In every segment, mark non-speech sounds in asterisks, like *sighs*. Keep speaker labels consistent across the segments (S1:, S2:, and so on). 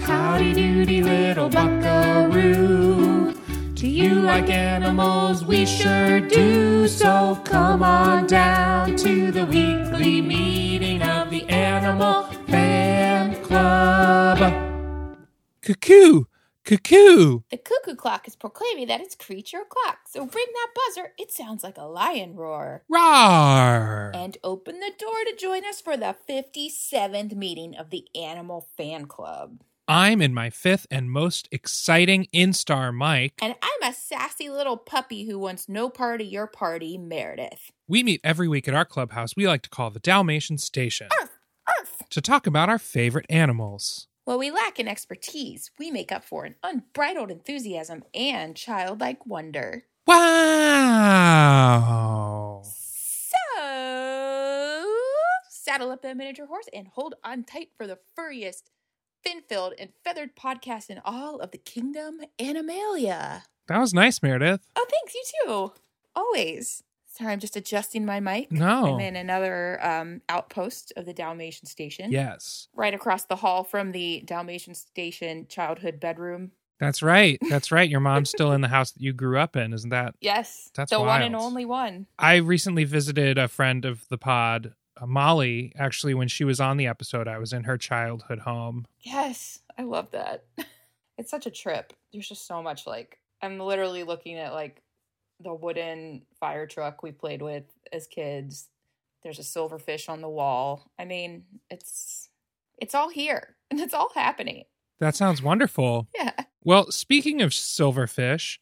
S1: howdy doody little buckaroo. To you like animals, we sure do. So come on down to the weekly meeting of the Animal Fan Club.
S2: Cuckoo! Cuckoo!
S3: The cuckoo clock is proclaiming that it's creature o'clock, so ring that buzzer. It sounds like a lion roar.
S2: Rar!
S3: And open the door to join us for the 57th meeting of the Animal Fan Club.
S2: I'm in my fifth and most exciting Instar Mike.
S3: And I'm a sassy little puppy who wants no part of your party, Meredith.
S2: We meet every week at our clubhouse we like to call the Dalmatian Station
S3: Arf!
S2: to talk about our favorite animals.
S3: What we lack in expertise, we make up for in unbridled enthusiasm and childlike wonder.
S2: Wow!
S3: So, saddle up that miniature horse and hold on tight for the furriest, fin filled, and feathered podcast in all of the kingdom, Animalia.
S2: That was nice, Meredith.
S3: Oh, thanks, you too. Always. Sorry, I'm just adjusting my mic.
S2: No.
S3: I'm in another um, outpost of the Dalmatian station.
S2: Yes.
S3: Right across the hall from the Dalmatian station childhood bedroom.
S2: That's right. That's right. Your mom's still in the house that you grew up in, isn't that?
S3: Yes.
S2: That's
S3: the one and
S2: wild.
S3: only one.
S2: I recently visited a friend of the pod, uh, Molly. Actually, when she was on the episode, I was in her childhood home.
S3: Yes, I love that. *laughs* It's such a trip. There's just so much like I'm literally looking at like the wooden fire truck we played with as kids. There's a silverfish on the wall. I mean, it's it's all here *laughs* and it's all happening.
S2: That sounds wonderful.
S3: Yeah.
S2: Well, speaking of silverfish,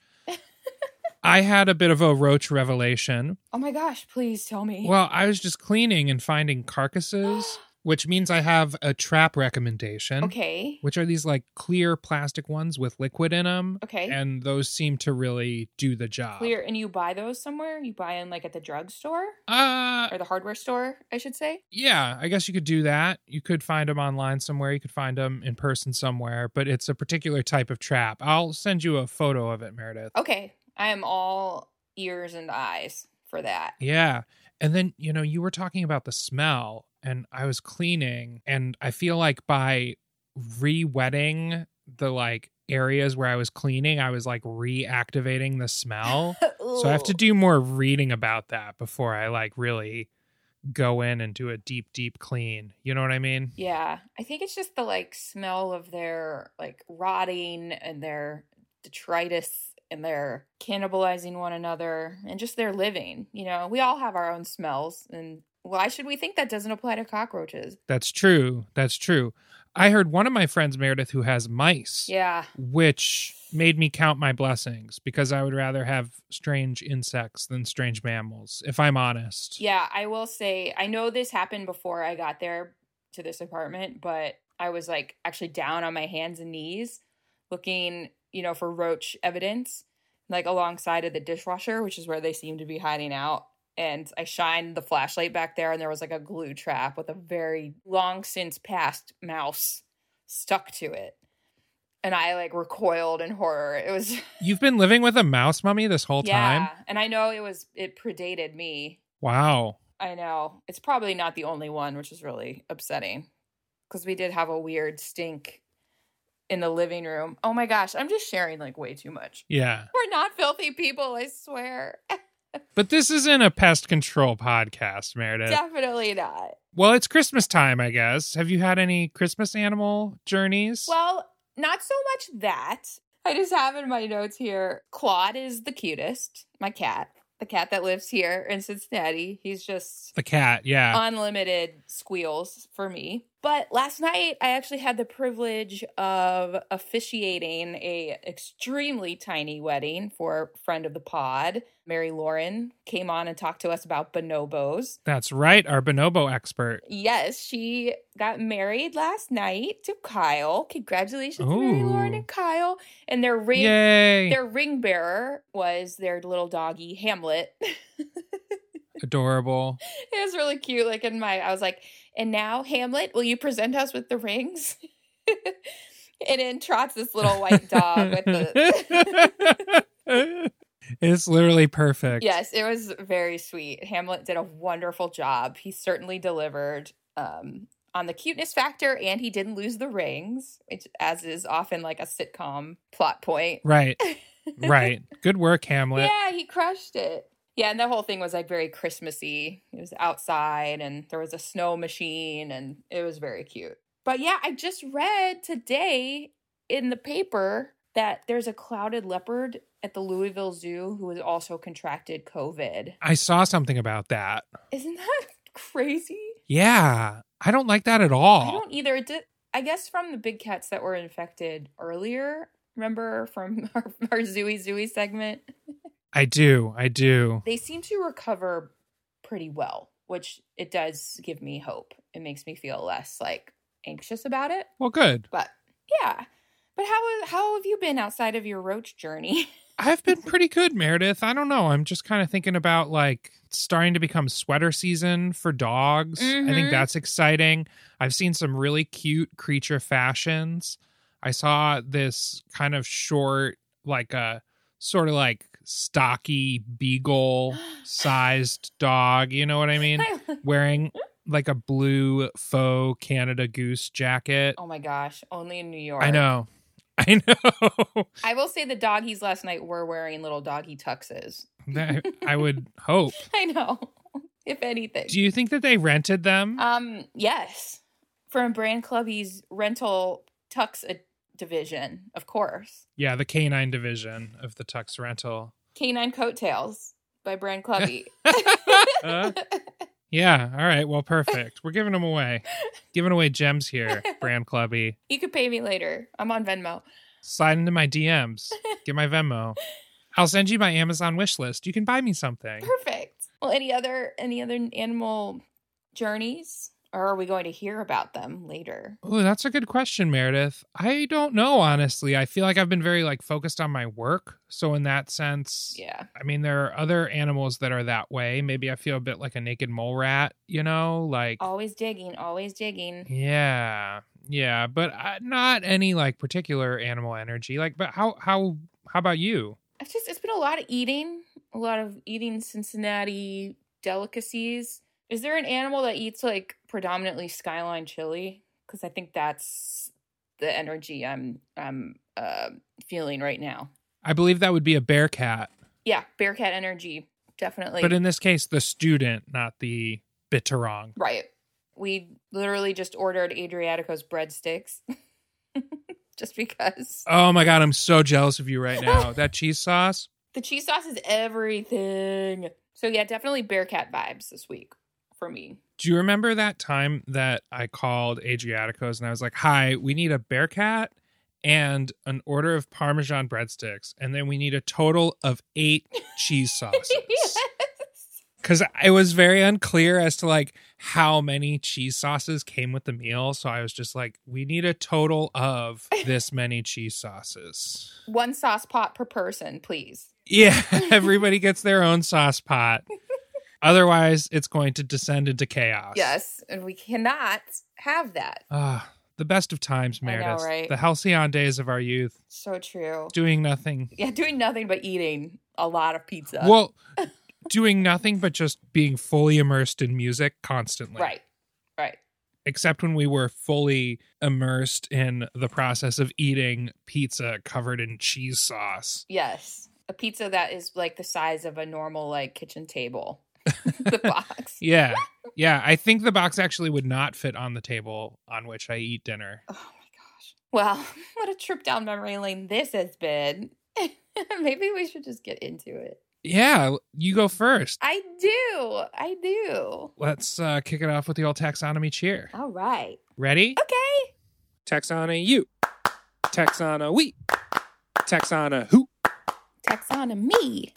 S2: I had a bit of a roach revelation.
S3: Oh my gosh, please tell me. *gasps*
S2: Well, I was just cleaning and finding carcasses, which means I have a trap recommendation,
S3: okay.
S2: which are these like clear plastic ones with liquid in them.
S3: Okay.
S2: And uh, those seem to really do the job.
S3: Clear and you buy those somewhere? You buy them like at the drugstore
S2: Uh,
S3: or the hardware store, I should say.
S2: yeah, I guess you could do that. You could find them online somewhere. You could find them in person somewhere, but it's a particular type of trap. I'll send you a photo of it, Meredith.
S3: Okay. I am all ears and eyes for that.
S2: Yeah. And then, you know, you were talking about the smell, and I was cleaning, and I feel like by re wetting the like areas where I was cleaning, I was like reactivating the smell. so I have
S3: *laughs*
S2: to
S3: Ooh.
S2: do more reading about that before I like really go in and do a deep, deep clean. You know what I mean?
S3: Yeah, I think it's just the like smell of their like rotting and their detritus and their cannibalizing one another and just their living. You know, we all have our own smells, and why should we think that doesn't apply to cockroaches?
S2: That's true. That's true. I heard one of my friends, Meredith, who has mice.
S3: Yeah,
S2: which made me count my blessings because I would rather have strange insects than strange mammals, if I'm honest.
S3: yeah, I will say, I know this happened before I got there to this apartment, but I was like actually down on my hands and knees looking, you know, for roach evidence, like alongside of the dishwasher, which is where they seem to be hiding out. And I shined the flashlight back there, and there was like a glue trap with a very long since past mouse stuck to it. And I like recoiled in horror. It was
S2: You've been living with a mouse mummy this
S3: *laughs*
S2: whole time?
S3: And I know it was, it predated me.
S2: Wow.
S3: I know. It's probably not the only one, which is really upsetting because we did have a weird stink in the living room. Oh my gosh, I'm just sharing like way too much.
S2: Yeah.
S3: We're not filthy people, I swear. *laughs*
S2: But this isn't a pest control podcast, Meredith.
S3: Definitely not.
S2: Well, it's Christmas time, I guess. Have you had any Christmas animal journeys?
S3: Well, not so much that. I just have in my notes here Claude is the cutest, my cat, the cat that lives here in Cincinnati. He's just
S2: the cat, *laughs*
S3: Um,
S2: yeah.
S3: unlimited squeals for me. But last night I actually had the privilege of officiating a extremely tiny wedding for a friend of the pod. Mary Lauren came on and talked to us about bonobos.
S2: That's right, our bonobo expert.
S3: Yes, she got married last night to Kyle. Congratulations, Mary Lauren
S2: Ooh.
S3: and Kyle. And their ring
S2: Yay!
S3: their ring bearer was their little doggy Hamlet.
S2: *laughs*
S3: *laughs*
S2: Adorable.
S3: It was really cute. Like in my, I was like, and now Hamlet, will you present us with the rings? *laughs* and in trots this little white dog
S2: *laughs*
S3: with the.
S2: it's literally perfect.
S3: yes, it was very sweet. Hamlet did a wonderful job. He certainly delivered um, on the cuteness factor, and he didn't lose the rings, which, as is often like a sitcom plot point. *laughs*
S2: Right. Right. Good work, Hamlet.
S3: Yeah, he crushed it. Yeah, and the whole thing was like very Christmassy. It was outside and there was a snow machine and it was very cute. But yeah, I just read today in the paper that there's a clouded leopard at the Louisville Zoo who has also contracted COVID.
S2: I saw something about that.
S3: Isn't that *laughs* crazy?
S2: Yeah. I don't like that at
S3: I
S2: all.
S3: don't either. It did, I guess from the big cats that were infected earlier. Remember from *laughs* our, our Zooey Zooey segment?
S2: I do. I do.
S3: they seem to recover pretty well, which it does give me hope. It makes me feel less like anxious about it.
S2: Well, good.
S3: But yeah. But how how have you been outside of your roach journey? *laughs*
S2: I've been pretty good, Meredith. I don't know. I'm just kind of thinking about like starting to become sweater season for dogs. I
S3: Mhm.
S2: think that's exciting. I've seen some really cute creature fashions. I saw this kind of short, like a sort of like stocky beagle sized dog. You know what I
S3: *laughs*
S2: mean? Wearing like a blue faux Canada goose jacket.
S3: oh my gosh, only in New York.
S2: I know. *laughs* I know. *laughs*
S3: I will say the doggies last night were wearing little doggy tuxes. *laughs*
S2: That- I would hope.
S3: I know. if anything.
S2: Do you think that they rented them?
S3: um yes. From Brand Clubby's rental tux uh, division, of course.
S2: yeah, the canine division of the Tux Rental.
S3: Canine Coattails by Brand
S2: *laughs*
S3: Clubby.
S2: Uh, yeah, all right. Well, perfect. We're giving them away. Giving away gems here, Brand Clubby.
S3: you could pay me later. I'm on Venmo.
S2: Slide into my DMs. Get my Venmo. I'll send you my Amazon wish list. You can buy me something.
S3: Perfect. Well, any other any other animal journeys, or are we going to hear about them later?
S2: Oh, that's a good question, Meredith. I don't know, honestly. I feel like I've been very like focused on my work. So in that sense,
S3: Yeah.
S2: I mean, there are other animals that are that way. Maybe I feel a bit like a naked mole rat, you know, like
S3: Always digging. Always digging.
S2: yeah, yeah, but uh, not any like particular animal energy. Like, but how how how about you?
S3: It's just it's been a lot of eating. A lot of eating Cincinnati delicacies. Is there an animal that eats like predominantly skyline chili? Because I think that's the energy I'm I'm uh, feeling right now.
S2: I believe that would be a bear cat,
S3: Yeah, Bearcat energy definitely.
S2: but in this case, the student, not the bitterong.
S3: Right. We literally just ordered Adriatico's breadsticks *laughs* just because.
S2: Oh my god, I'm so jealous of you right now. that cheese sauce.
S3: The cheese sauce is everything. So, yeah, definitely Bearcat vibes this week for me.
S2: Do you remember that time that I called Adriatico's and I was like, "Hi, we need a bear cat and an order of Parmesan breadsticks, and then we need a total of eight cheese sauces."
S3: *laughs* yes.
S2: Because it was very unclear as to like how many cheese sauces came with the meal, so I was just like, "We need a total of
S3: *laughs*
S2: this many cheese sauces."
S3: One sauce pot per person, please.
S2: Yeah, *laughs* everybody gets their own sauce pot. Otherwise, it's going to descend into chaos.
S3: Yes. And we cannot have that.
S2: Ah, the best of times,
S3: I know,
S2: Meredith.
S3: right?
S2: The halcyon days of our youth,
S3: So true.
S2: doing nothing.
S3: Yeah, doing nothing but eating a lot of pizza. *laughs*
S2: Well, doing nothing but just being fully immersed in music constantly.
S3: right. Right.
S2: Except when we were fully immersed in the process of eating pizza covered in cheese sauce.
S3: Yes. A pizza that is like the size of a normal like kitchen table. *laughs* the box.
S2: Yeah. Yeah, I think the box actually would not fit on the table on which I eat dinner.
S3: Oh my gosh. Well, *laughs* what a trip down memory lane this has been. *laughs* Maybe we should just get into it.
S2: Yeah, you go first.
S3: I do. I do.
S2: Let's uh, kick it off with the old taxonomy cheer.
S3: All right.
S2: Ready?
S3: Okay.
S2: Taxana you. Taxana we. Taxana who.
S3: Taxonomy.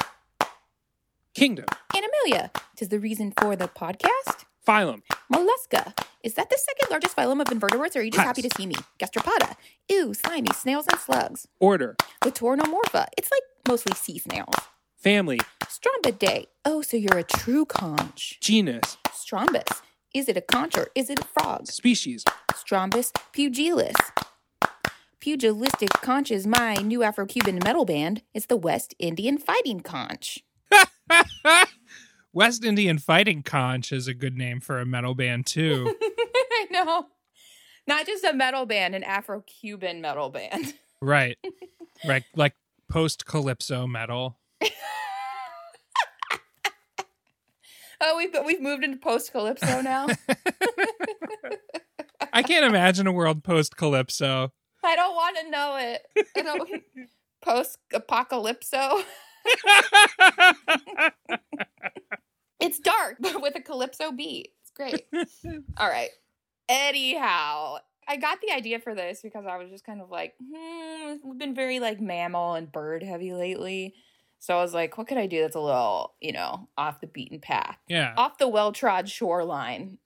S2: Kingdom.
S3: Animalia. Tis the reason for the podcast.
S2: Phylum.
S3: Mollusca. Is that the second largest phylum of invertebrates, or are you just
S2: Pass.
S3: happy to see me? Gastropoda. Ew, slimy snails and slugs.
S2: Order.
S3: Latornomorpha. It's like mostly sea snails.
S2: Family.
S3: Strombidae. Oh, so you're a true conch.
S2: Genus.
S3: Strombus. Is it a conch or is it a frog?
S2: Species.
S3: Strombus pugilis. Pugilistic conch is my new Afro Cuban metal band. It's the West Indian fighting conch. *laughs*
S2: West Indian Fighting Conch is a good name for a metal band, too.
S3: I know. Not just a metal band, an Afro Cuban metal band. *laughs*
S2: Right. right. Like post calypso metal.
S3: Oh, we've we've moved into post calypso now.
S2: I can't imagine a world post calypso.
S3: I don't want to know it. I don't post apocalypso. It's dark, *laughs* but with a calypso beat. It's great. All right. Anyhow, I got the idea for this because I was just kind of like, hmm, we've been very like mammal and bird heavy lately. So I was like, what could I do that's a little, you know, off the beaten path,
S2: *laughs* Yeah.
S3: off the well trod shoreline?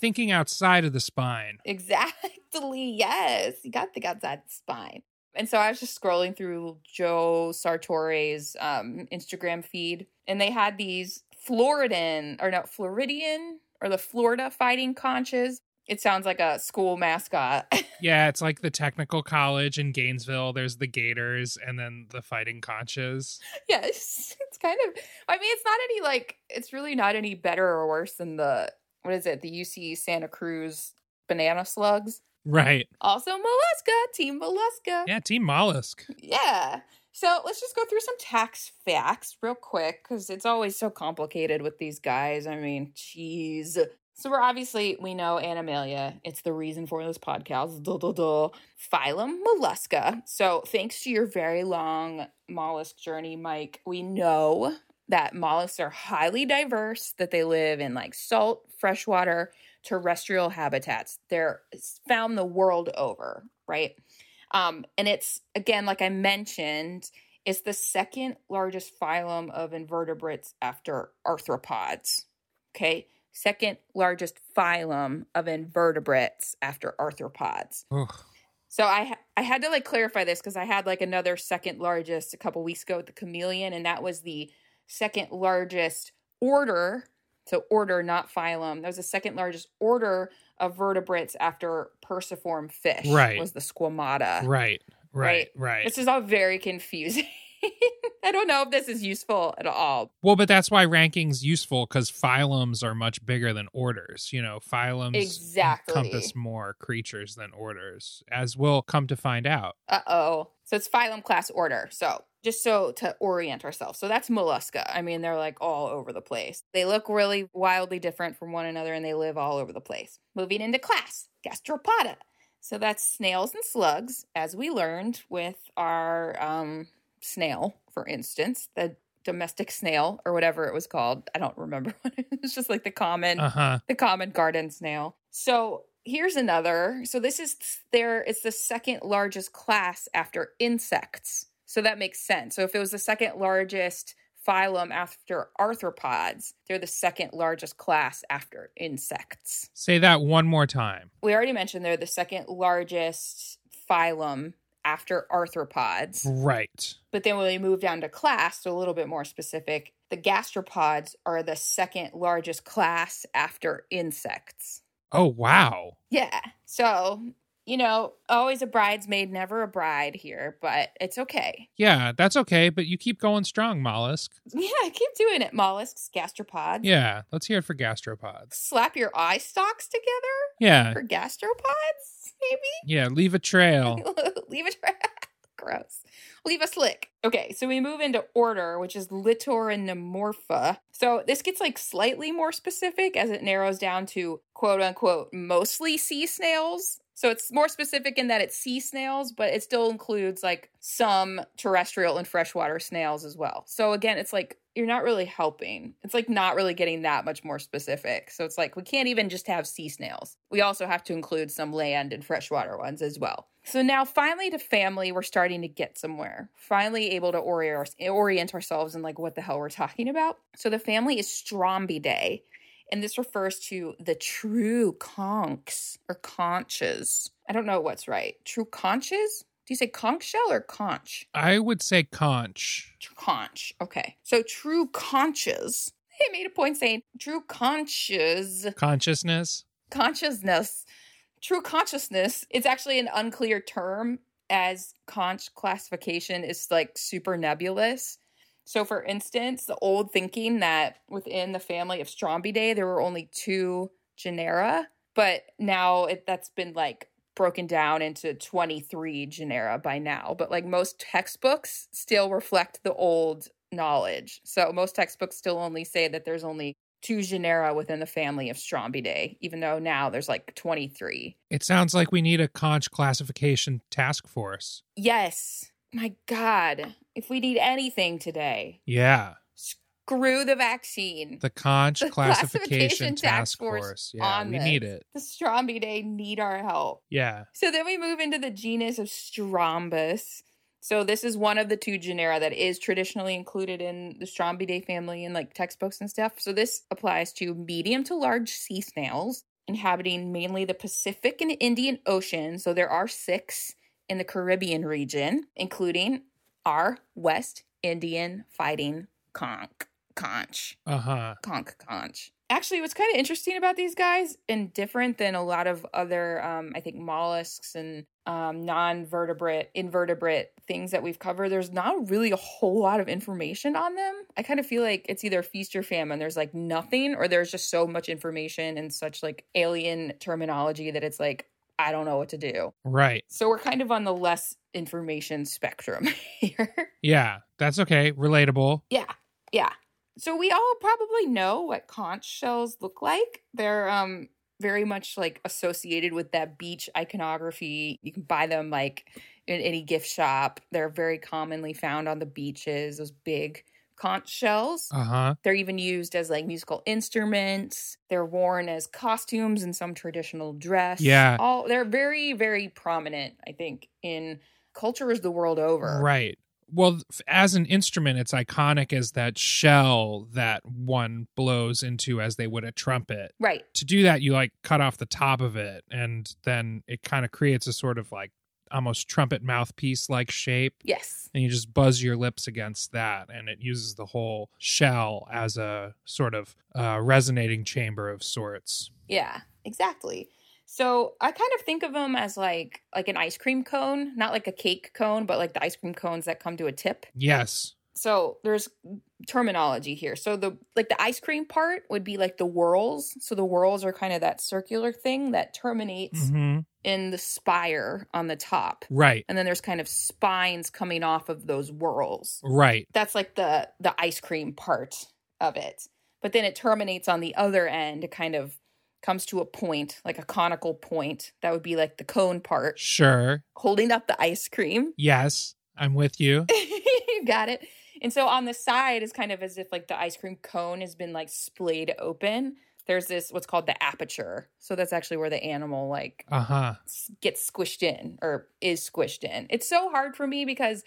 S2: Thinking outside of the spine.
S3: Exactly. Yes. You got to think outside the spine. And so I was just scrolling through Joe Sartore's um, Instagram feed, and they had these Floridan or not Floridian or the Florida Fighting Conches. It sounds like a school mascot. *laughs*
S2: Yeah, it's like the technical college in Gainesville. There's the Gators and then the Fighting Conches.
S3: yes. It's kind of, I mean, it's not any like, it's really not any better or worse than the, what is it, the UC Santa Cruz banana slugs.
S2: Right.
S3: Also, Mollusca, Team Mollusca.
S2: Yeah, Team Mollusk.
S3: Yeah. So let's just go through some tax facts real quick because it's always so complicated with these guys. I mean, jeez. So we're obviously, we know Animalia. It's the reason for this podcast. Duh, duh, duh. Phylum mollusca. So thanks to your very long mollusk journey, Mike, we know that mollusks are highly diverse, that they live in like salt, freshwater, terrestrial habitats. They're found the world over, right? Um, and it's again, like I mentioned, it's the second largest phylum of invertebrates after arthropods. Okay, second largest phylum of invertebrates after arthropods.
S2: Ugh.
S3: So I ha- I had to like clarify this because I had like another second largest a couple weeks ago with the chameleon, and that was the second largest order. So order, not phylum. That was the second largest order of vertebrates after perciform fish.
S2: Right.
S3: Was the squamata.
S2: Right. Right. Right.
S3: This is all very confusing. *laughs* I don't know if this is useful at all.
S2: Well, but that's why ranking's useful because phylums are much bigger than orders. You know, phylums
S3: Exactly.
S2: encompass more creatures than orders, as we'll come to find out.
S3: Uh oh. So it's phylum class order. So just so to orient ourselves. So that's mollusca. I mean, they're like all over the place. They look really wildly different from one another and they live all over the place. Moving into class, gastropoda. So that's snails and slugs, as we learned with our um, snail, for instance, the domestic snail or whatever it was called. I don't remember *laughs* what it was, just like the common
S2: Uh huh.
S3: the common garden snail. So here's another. So this is their it's the second largest class after insects. So that makes sense. So if it was the second largest phylum after arthropods, they're the second largest class after insects.
S2: Say that one more time.
S3: We already mentioned they're the second largest phylum after arthropods.
S2: Hmm. Right.
S3: But then when we move down to class, so a little bit more specific, the gastropods are the second largest class after insects.
S2: Oh, wow.
S3: Yeah. So, you know, always a bridesmaid, never a bride here, but it's okay. *laughs*
S2: Yeah, that's okay, but you keep going strong, mollusk.
S3: Yeah, keep doing it, mollusks, gastropods.
S2: Yeah, let's hear it for gastropods.
S3: Slap your eye stalks together
S2: Yeah,
S3: for gastropods, maybe?
S2: yeah, leave a trail.
S3: *laughs* Leave it. Gross. Leave a slick. Okay, so we move into order, which is Littorinomorpha. So this gets like slightly more specific as it narrows down to quote unquote mostly sea snails. So it's more specific in that it's sea snails, but it still includes like some terrestrial and freshwater snails as well. So again, it's like you're not really helping. It's like not really getting that much more specific. So it's like we can't even just have sea snails. We also have to include some land and freshwater ones as well. So now finally to family, we're starting to get somewhere. Finally able to orient, orient ourselves in like what the hell we're talking about. So the family is Strombidae, and this refers to the true conchs or conches. I don't know what's right. True conches? Do you say conch shell or conch?
S2: I would say conch.
S3: Conch. Okay. So true conches. *laughs* They made a point saying true conches
S2: Consciousness?
S3: consciousness true consciousness it's actually an unclear term as conch classification is like super nebulous so for instance the old thinking that within the family of strombidae there were only two genera But now it, that's been like broken down into 23 genera by now. But like most textbooks still reflect the old knowledge. So most textbooks still only say that there's only two genera within the family of Strombidae, even though now there's like 23.
S2: It sounds like we need a conch classification task force.
S3: Yes. My God. If we need anything today,
S2: Yeah.
S3: screw the vaccine.
S2: The conch
S3: The
S2: classification, task force. Yeah.
S3: on
S2: we
S3: this.
S2: need it.
S3: The Strombidae need our help.
S2: Yeah.
S3: So then we move into the genus of Strombus. So this is one of the two genera that is traditionally included in the Strombidae family in like textbooks and stuff. So this applies to medium to large sea snails inhabiting mainly the Pacific and Indian Ocean. So there are six in the Caribbean region, including our West Indian fighting conch. Conch
S2: Uh huh.
S3: conch conch. Actually, what's kind of interesting about these guys and different than a lot of other, um, I think, mollusks and um, non-vertebrate, invertebrate things that we've covered, there's not really a whole lot of information on them. I kind of feel like it's either feast or famine. There's like nothing, or there's just so much information and such like alien terminology that it's like I don't know what to do.
S2: Right.
S3: So we're kind of on the less information spectrum *laughs* here.
S2: Yeah. That's okay. Relatable.
S3: Yeah, yeah. So we all probably know what conch shells look like. They're um very much like associated with that beach iconography. You can buy them like in any gift shop. They're very commonly found on the beaches. Those big conch shells.
S2: Uh huh.
S3: They're even used as like musical instruments. They're worn as costumes in some traditional dress.
S2: Yeah.
S3: All they're very very prominent, I think, in cultures the world over.
S2: Right. Well, f- as an instrument, it's iconic as that shell that one blows into as they would a trumpet.
S3: Right.
S2: To do that, you like cut off the top of it, and then it kind of creates a sort of like almost trumpet mouthpiece like shape.
S3: Yes.
S2: and you just buzz your lips against that and it uses the whole shell as a sort of uh, resonating chamber of sorts
S3: Yeah, exactly. So I kind of think of them as like like an ice cream cone, not like a cake cone, but like the ice cream cones that come to a tip.
S2: yes
S3: So there's terminology here. So the like the ice cream part would be like the whorls. So the whorls are kind of that circular thing that terminates
S2: Mhm.
S3: in the spire on the top.
S2: right
S3: And then there's kind of spines coming off of those whorls.
S2: right
S3: That's like the the ice cream part of it. But then it terminates on the other end, it kind of comes to a point, like a conical point. That would be like the cone part,
S2: sure
S3: holding up the ice cream. *laughs*
S2: yes i'm with you
S3: you got it. And so on the side is kind of as if like the ice cream cone has been like splayed open. There's this what's called the aperture. So that's actually where the animal like
S2: uh-huh
S3: s- gets squished in or is squished in. It's so hard for me because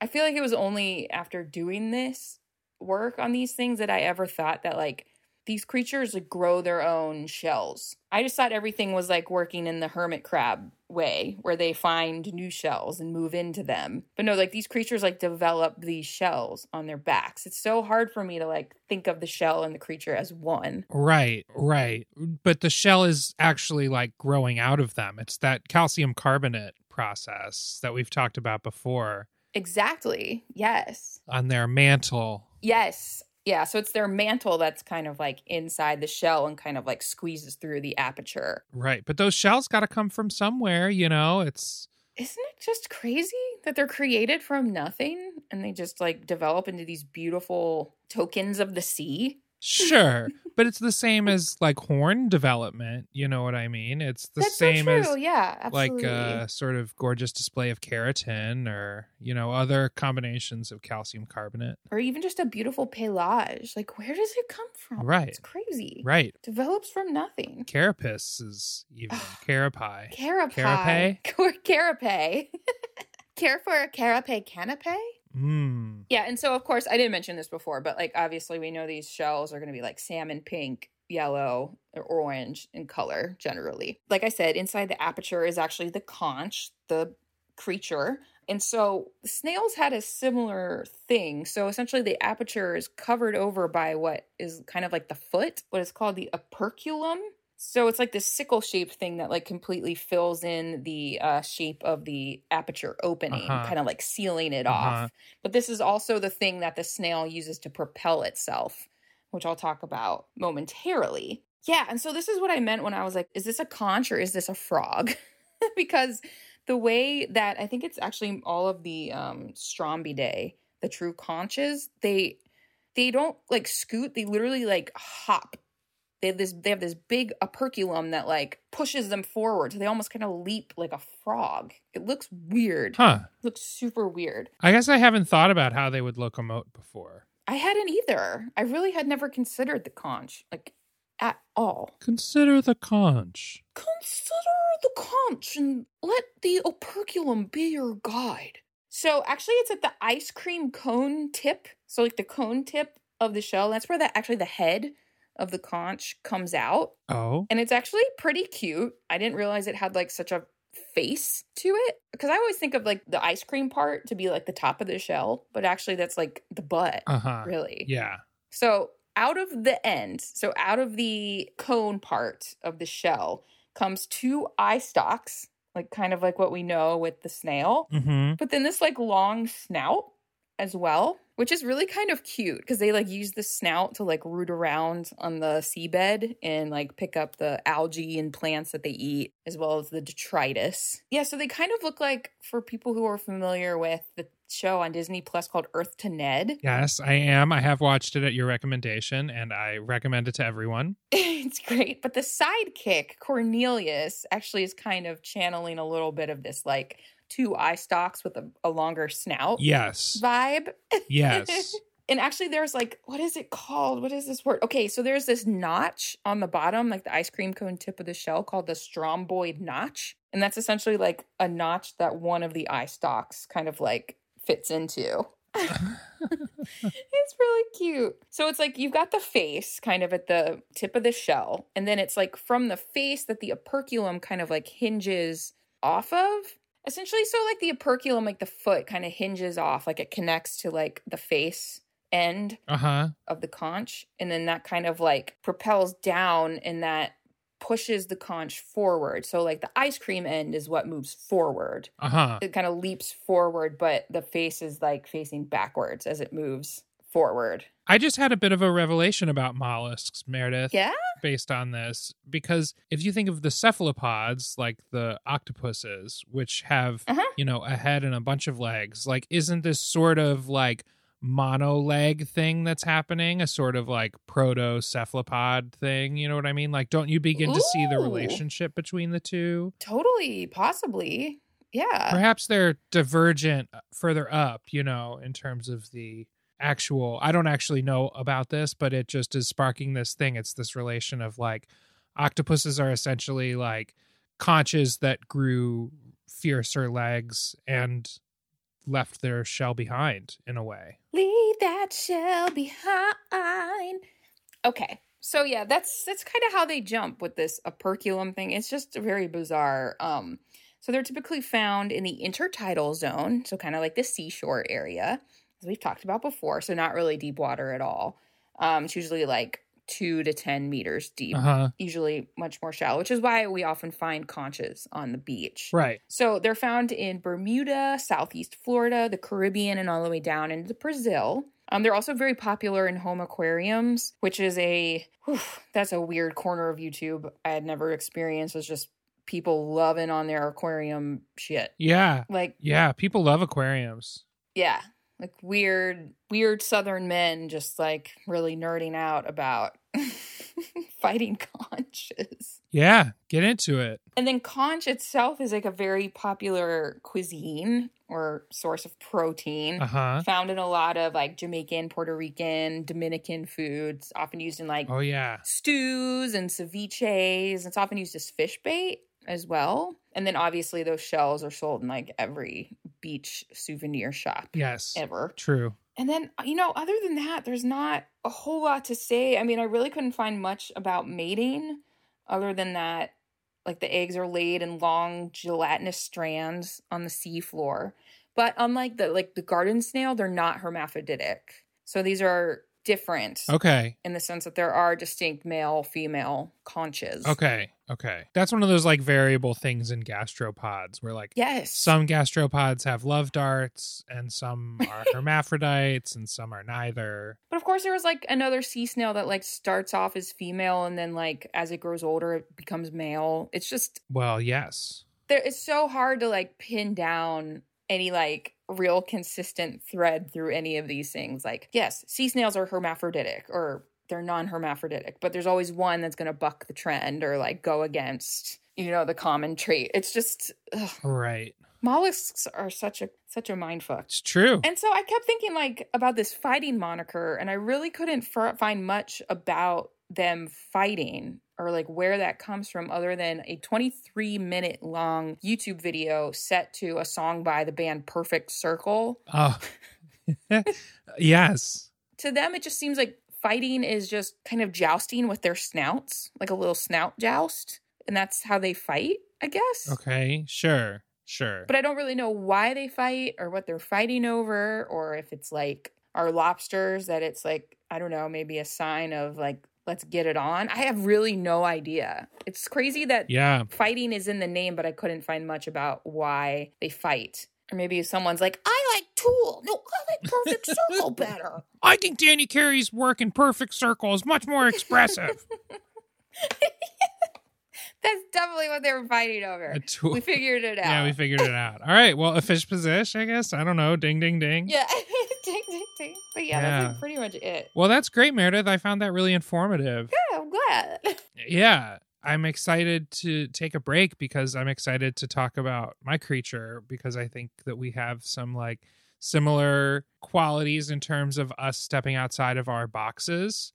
S3: I feel like it was only after doing this work on these things that I ever thought that like these creatures like, grow their own shells. I just thought everything was like working in the hermit crab way where they find new shells and move into them. But no, like these creatures like develop these shells on their backs. It's so hard for me to like think of the shell and the creature as one.
S2: right right but the shell is actually like growing out of them it's that calcium carbonate process that we've talked about before
S3: Exactly. Yes.
S2: on their mantle
S3: Yes. Yeah. So it's their mantle that's kind of like inside the shell and kind of like squeezes through the aperture.
S2: right but those shells got to come from somewhere you know it's
S3: Isn't it just crazy that they're created from nothing and they just like develop into these beautiful tokens of the sea? *laughs*
S2: Sure, but it's the same as like horn development. You know what I mean? It's the
S3: that's
S2: same
S3: so
S2: as
S3: true. yeah. Absolutely.
S2: like uh, a sort of gorgeous display of keratin or you know other combinations of calcium carbonate.
S3: or even just a beautiful pelage. Like, where does it come from?
S2: Right.
S3: It's crazy.
S2: Right,
S3: Develops from nothing.
S2: carapace is
S3: *sighs*
S2: even carapi.
S3: Carapace. *laughs* Carapace. Care for a carapace canape?
S2: Mm.
S3: Yeah, and so of course I didn't mention this before, but like obviously we know these shells are going to be like salmon pink, yellow, or orange in color generally. Like I said, inside the aperture is actually the conch, the creature. And so snails had a similar thing. So essentially the aperture is covered over by what is kind of like the foot, what is called the operculum. So it's like this sickle-shaped thing that like completely fills in the uh, shape of the aperture opening,
S2: Uh-huh.
S3: kind of like sealing it
S2: Uh-huh.
S3: off. But this is also the thing that the snail uses to propel itself, which I'll talk about momentarily. Yeah. And so this is what I meant when I was like, is this a conch or is this a frog? *laughs* because the way that I think it's actually all of the um Strombidae, the true conches, they they don't like scoot, they literally like hop. They have this they have this big operculum that like pushes them forward. So they almost kind of leap like a frog. It looks weird.
S2: Huh.
S3: looks super weird.
S2: I guess I haven't thought about how they would locomote before.
S3: I hadn't either. I really had never considered the conch, like at all.
S2: Consider the conch.
S3: Consider the conch and let the operculum be your guide. So actually, it's at the ice cream cone tip. So like the cone tip of the shell. That's where the actually the head of the conch comes out,
S2: Oh.
S3: and it's actually pretty cute. I didn't realize it had like such a face to it because I always think of like the ice cream part to be like the top of the shell, but actually that's like the butt,
S2: Uh huh.
S3: really.
S2: Yeah.
S3: So out of the end, so out of the cone part of the shell comes two eye stalks, like kind of like what we know with the snail,
S2: Mm-hmm.
S3: but then this like long snout as well, which is really kind of cute because they like use the snout to like root around on the seabed and like pick up the algae and plants that they eat as well as the detritus. Yeah, so they kind of look like for people who are familiar with the show on Disney Plus called Earth to Ned.
S2: Yes, I am. I have watched it at your recommendation and I recommend it to everyone.
S3: *laughs* it's great. But the sidekick, Cornelius, actually is kind of channeling a little bit of this like two eye stalks with a, a longer snout *laughs*
S2: Yes.
S3: vibe.
S2: Yes.
S3: *laughs* And actually, there's like, what is it called? What is this word? Okay, so there's this notch on the bottom, like the ice cream cone tip of the shell, called the stromboid notch. And that's essentially like a notch that one of the eye stalks kind of like fits into. *laughs* it's really cute. So it's like you've got the face kind of at the tip of the shell, and then it's like from the face that the operculum kind of like hinges off of. Essentially, so like the operculum, like the foot kind of hinges off, like it connects to like the face end
S2: Uh huh.
S3: of the conch, and then that kind of like propels down and that pushes the conch forward. So like the ice cream end is what moves forward.
S2: Uh huh.
S3: It kind of leaps forward, but the face is like facing backwards as it moves forward.
S2: I just had a bit of a revelation about mollusks, Meredith,
S3: Yeah?
S2: based on this, because if you think of the cephalopods, like the octopuses, which have,
S3: Uh-huh.
S2: you know, a head and a bunch of legs, like, isn't this sort of like mono leg thing that's happening a sort of like proto cephalopod thing? You know what I mean? Like, don't you begin to see the
S3: Ooh.
S2: relationship between the two?
S3: Totally, possibly. Yeah.
S2: perhaps they're divergent uh, further up you know in terms of the actual i don't actually know about this but it just is sparking this thing it's this relation of like octopuses are essentially like conches that grew fiercer legs and left their shell behind in a way
S3: Leave that shell behind. Okay. So yeah, that's that's kind of how they jump with this operculum thing. It's just very bizarre. Um so they're typically found in the intertidal zone, so kind of like the seashore area, as we've talked about before. So not really deep water at all. Um, it's usually like two to ten meters deep,
S2: uh-huh
S3: usually much more shallow, which is why we often find conches on the beach.
S2: right
S3: So they're found in Bermuda, Southeast Florida, the Caribbean, and all the way down into Brazil. Um, they're also very popular in home aquariums, which is a whew, that's a weird corner of YouTube I had never experienced. It's just people loving on their aquarium shit.
S2: yeah
S3: Like
S2: yeah people love aquariums
S3: yeah, like weird, weird Southern men just like really nerding out about *laughs* fighting conches.
S2: yeah get into it
S3: And then conch itself is like a very popular cuisine or source of protein.
S2: uh-huh
S3: Found in a lot of like Jamaican, Puerto Rican, Dominican foods, often used in like
S2: oh yeah
S3: stews and ceviches. It's often used as fish bait as well. And then obviously those shells are sold in like every beach souvenir shop
S2: yes
S3: ever.
S2: true
S3: And then, uh, you know, other than that, there's not a whole lot to say. I mean, I really couldn't find much about mating other than that, like the eggs are laid in long gelatinous strands on the seafloor. But unlike the like the garden snail, they're not hermaphroditic. So these are different
S2: Okay.
S3: in the sense that there are distinct male female conches.
S2: Okay. Okay. That's one of those like variable things in gastropods where like
S3: Yes.
S2: some gastropods have love darts and some
S3: *laughs*
S2: are hermaphrodites and some are neither.
S3: but of course, there was like another sea snail that like starts off as female and then like as it grows older, it becomes male. It's just
S2: Well, yes.
S3: there. It's so hard to like pin down any like real consistent thread through any of these things. Like, yes, sea snails are hermaphroditic or they're non-hermaphroditic, but there's always one that's going to buck the trend or like go against you know the common trait. It's just ugh.
S2: Right.
S3: mollusks are such a such a mind fuck.
S2: It's true.
S3: And so I kept thinking like about this fighting moniker, and I really couldn't f- find much about them fighting or like where that comes from, other than a 23 minute long YouTube video set to a song by the band Perfect Circle.
S2: Oh. *laughs* yes.
S3: To them, it just seems like fighting is just kind of jousting with their snouts, like a little snout joust, and that's how they fight, I guess.
S2: Okay. Sure. Sure.
S3: but I don't really know why they fight or what they're fighting over, or if it's like our lobsters that it's like I don't know, maybe a sign of like let's get it on. I have really no idea. It's crazy that
S2: yeah.
S3: fighting is in the name, but I couldn't find much about why they fight. Or maybe someone's like, I like Tool. No, I like Perfect
S2: *laughs*
S3: Circle better.
S2: I think Danny Carey's work in perfect circle is much more
S3: *laughs*
S2: expressive.
S3: That's definitely what they were fighting over.
S2: A tool-
S3: We figured it out.
S2: Yeah, we figured it out. All right. Well, a fish position, I guess. I don't know. Ding, ding, ding.
S3: Yeah. *laughs* ding, ding, ding. But yeah, that's
S2: Yeah.
S3: like pretty much it.
S2: Well, that's great, Meredith. I found that really informative.
S3: Yeah, I'm glad. *laughs*
S2: Yeah. I'm excited to take a break because I'm excited to talk about my creature because I think that we have some like similar qualities in terms of us stepping outside of our boxes.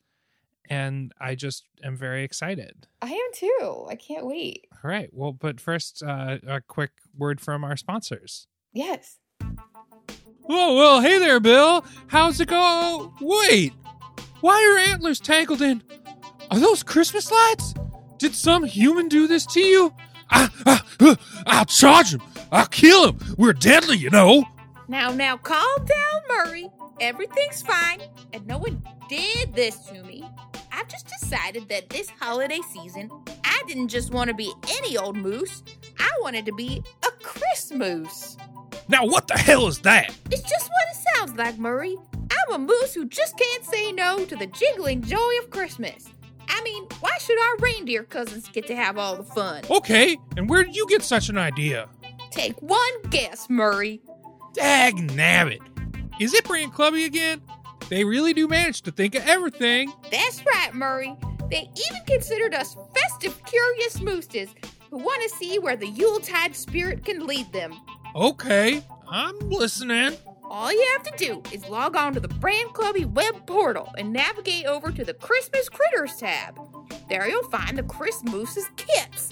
S2: And I just am very excited.
S3: I am too. I can't wait.
S2: All right. Well, but first, uh, a quick word from our sponsors.
S3: Yes.
S2: Oh, well, hey there, Bill. How's it go? Wait, why are antlers tangled in? Are those Christmas lights? Did some human do this to you? I, I, uh, I'll charge him. I'll kill him. We're deadly, you know.
S3: Now, now, calm down, Murray. Everything's fine, and no one did this to me. I've just decided that this holiday season, I didn't just want to be any old moose. I wanted to be a Chris moose.
S2: Now, what the hell is that?
S3: It's just what it sounds like, Murray. I'm a moose who just can't say no to the jingling joy of Christmas. I mean, why should our reindeer cousins get to have all the fun?
S2: Okay, and where did you get such an idea?
S3: Take one guess, Murray.
S2: Dag nabbit. Is it Brand Clubby again? They really do manage to think of everything.
S3: That's right, Murray. They even considered us festive, curious mooses who want to see where the Yuletide spirit can lead them.
S2: Okay, I'm listening.
S3: All you have to do is log on to the Brand Clubby web portal and navigate over to the Christmas Critters tab. There you'll find the Chris Moose's kits.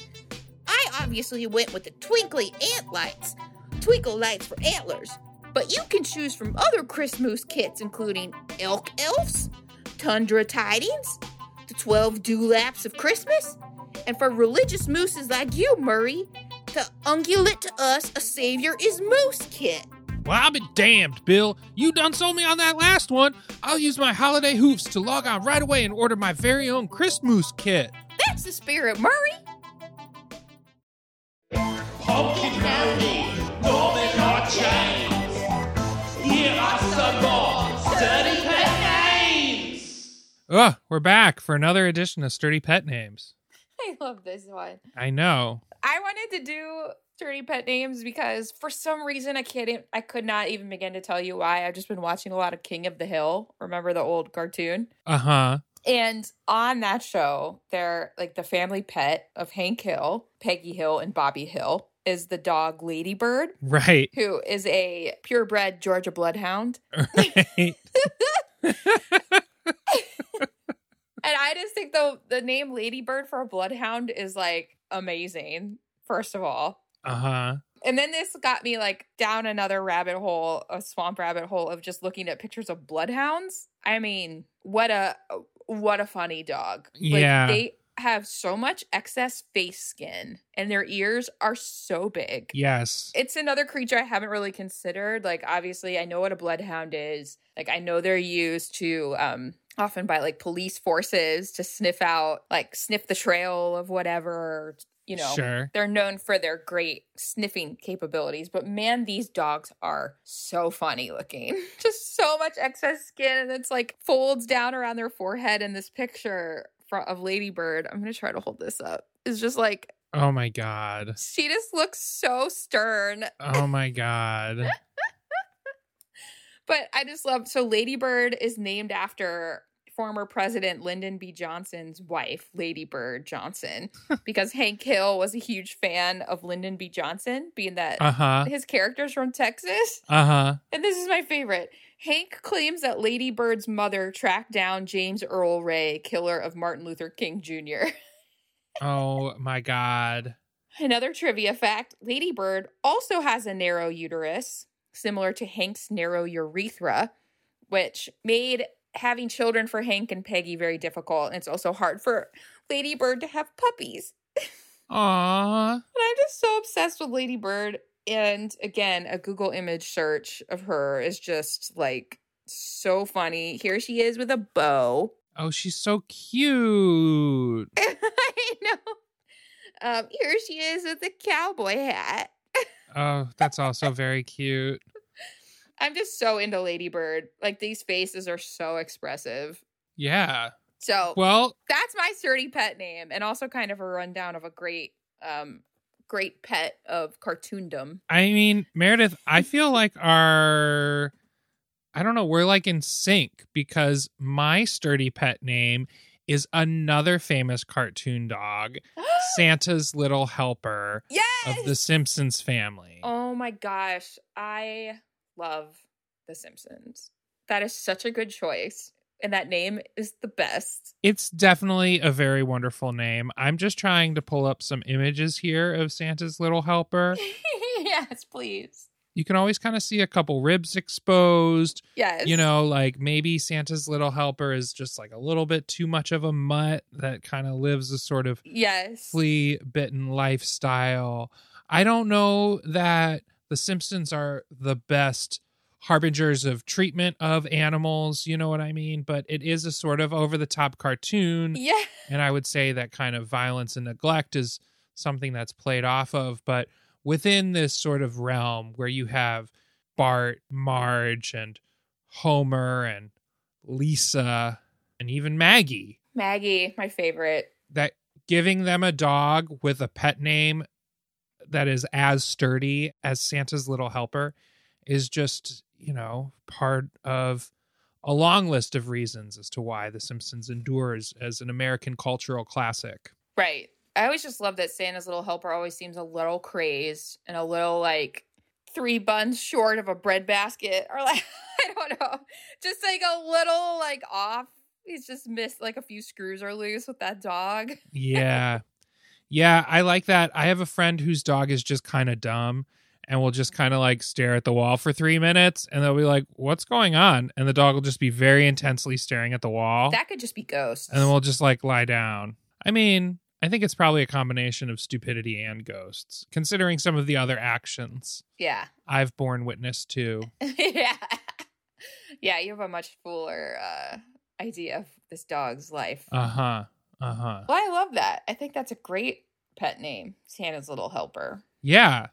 S3: I obviously went with the twinkly ant lights, twinkle lights for antlers, but you can choose from other Chris Moose kits including elk elves, tundra tidings, the 12 dewlaps of Christmas, and for religious mooses like you, Murray, the ungulate to us a savior is moose kit.
S2: Well, I'll be damned, Bill. You done sold me on that last one. I'll use my holiday hoofs to log on right away and order my very own Christmas kit.
S3: That's the spirit, Murray.
S4: Pumpkin County, Northern Hot Chains. Here are some more sturdy pet names.
S2: Ugh, we're back for another edition of Sturdy Pet Names.
S3: I love this one.
S2: I know.
S3: I wanted to do dirty pet names because for some reason I can't. I could not even begin to tell you why. I've just been watching a lot of King of the Hill. Remember the old cartoon?
S2: Uh huh.
S3: And on that show, they're like the family pet of Hank Hill, Peggy Hill, and Bobby Hill is the dog Ladybird,
S2: *laughs* Right. *laughs*
S3: who is a purebred Georgia bloodhound.
S2: Right.
S3: And I just think the the name Ladybird for a bloodhound is like amazing. First of all,
S2: uh huh.
S3: And then this got me like down another rabbit hole, a swamp rabbit hole of just looking at pictures of bloodhounds. I mean, what a what a funny dog.
S2: Yeah.
S3: Like they have so much excess face skin and their ears are so big.
S2: Yes.
S3: It's another creature I haven't really considered. Like obviously I know what a bloodhound is. Like I know they're used to um often by like police forces to sniff out like sniff the trail of whatever you know
S2: sure.
S3: they're known for their great sniffing capabilities but man these dogs are so funny looking *laughs* just so much excess skin and it's like folds down around their forehead in this picture fro- of ladybird i'm gonna try to hold this up it's just like
S2: Oh my god.
S3: she just looks so stern
S2: Oh my god.
S3: But I just love so Ladybird is named after former president Lyndon B. Johnson's wife, Lady Bird Johnson, because Hank Hill was a huge fan of Lyndon B. Johnson, being that
S2: Uh huh.
S3: his character's from Texas.
S2: Uh huh.
S3: And this is my favorite. Hank claims that Lady Bird's mother tracked down James Earl Ray, killer of Martin Luther King Jr.
S2: Oh my god.
S3: *laughs* Another trivia fact Lady Bird also has a narrow uterus, similar to Hank's narrow urethra, which made having children for Hank and Peggy very difficult. And it's also hard for Lady Bird to have puppies.
S2: Aw.
S3: And I'm just so obsessed with Lady Bird. And again, a Google image search of her is just like so funny. Here she is with a bow. *laughs*
S2: Oh, she's so cute.
S3: I know. Um, here she is with a cowboy hat.
S2: Oh, that's also very cute.
S3: I'm just so into Ladybird. Like these faces are so expressive.
S2: Yeah.
S3: So
S2: Well,
S3: that's my sturdy pet name, and also kind of a rundown of a great, um, great pet
S2: *gasps*
S3: of cartoondom. *gasps*
S2: I mean, Meredith, I feel like our I don't know, we're like in sync because my sturdy pet name is another famous cartoon dog, Santa's little helper
S3: yes.
S2: of the Simpsons family.
S3: oh my gosh, I love The Simpsons. That is such a good choice, and that name is the best.
S2: It's definitely a very wonderful name. I'm just trying to pull up some images here of Santa's little helper.
S3: yes, please.
S2: You can always kind of see a couple ribs exposed.
S3: Yes.
S2: you know, like maybe Santa's little helper is just like a little bit too much of a mutt that kind of lives a sort of
S3: Yes.
S2: flea bitten lifestyle. I don't know that the Simpsons are the best harbingers of treatment of animals, you know what I mean? But it is a sort of over the top cartoon.
S3: Yeah.
S2: And I would say that kind of violence and neglect is something that's played off of. But within this sort of realm where you have Bart, Marge, and Homer, and Lisa, and even Maggie,
S3: Maggie, my favorite.
S2: that giving them a dog with a pet name that is as sturdy as Santa's little helper is just, you know, part of a long list of reasons as to why The Simpsons endures as an American cultural classic.
S3: Right. I always just love that Santa's little helper always seems a little crazed and a little like three buns short of a bread basket or like *laughs* I don't know. Just like a little like off. He's just missed like a few screws are loose with that dog.
S2: Yeah. yeah, I like that. I have a friend whose dog is just kind of dumb and will just kind of like stare at the wall for three minutes and they'll be like, What's going on? And the dog will just be very intensely staring at the wall.
S3: That could just be ghosts.
S2: and then we'll just like lie down. I mean, I think it's probably a combination of stupidity and ghosts, considering some of the other actions
S3: yeah. *laughs*
S2: I've borne witness to.
S3: yeah. Yeah, you have a much fuller uh idea of this dog's life.
S2: Uh huh. Uh huh.
S3: well, I love that. I think that's a great pet name, Santa's little helper.
S2: Yeah,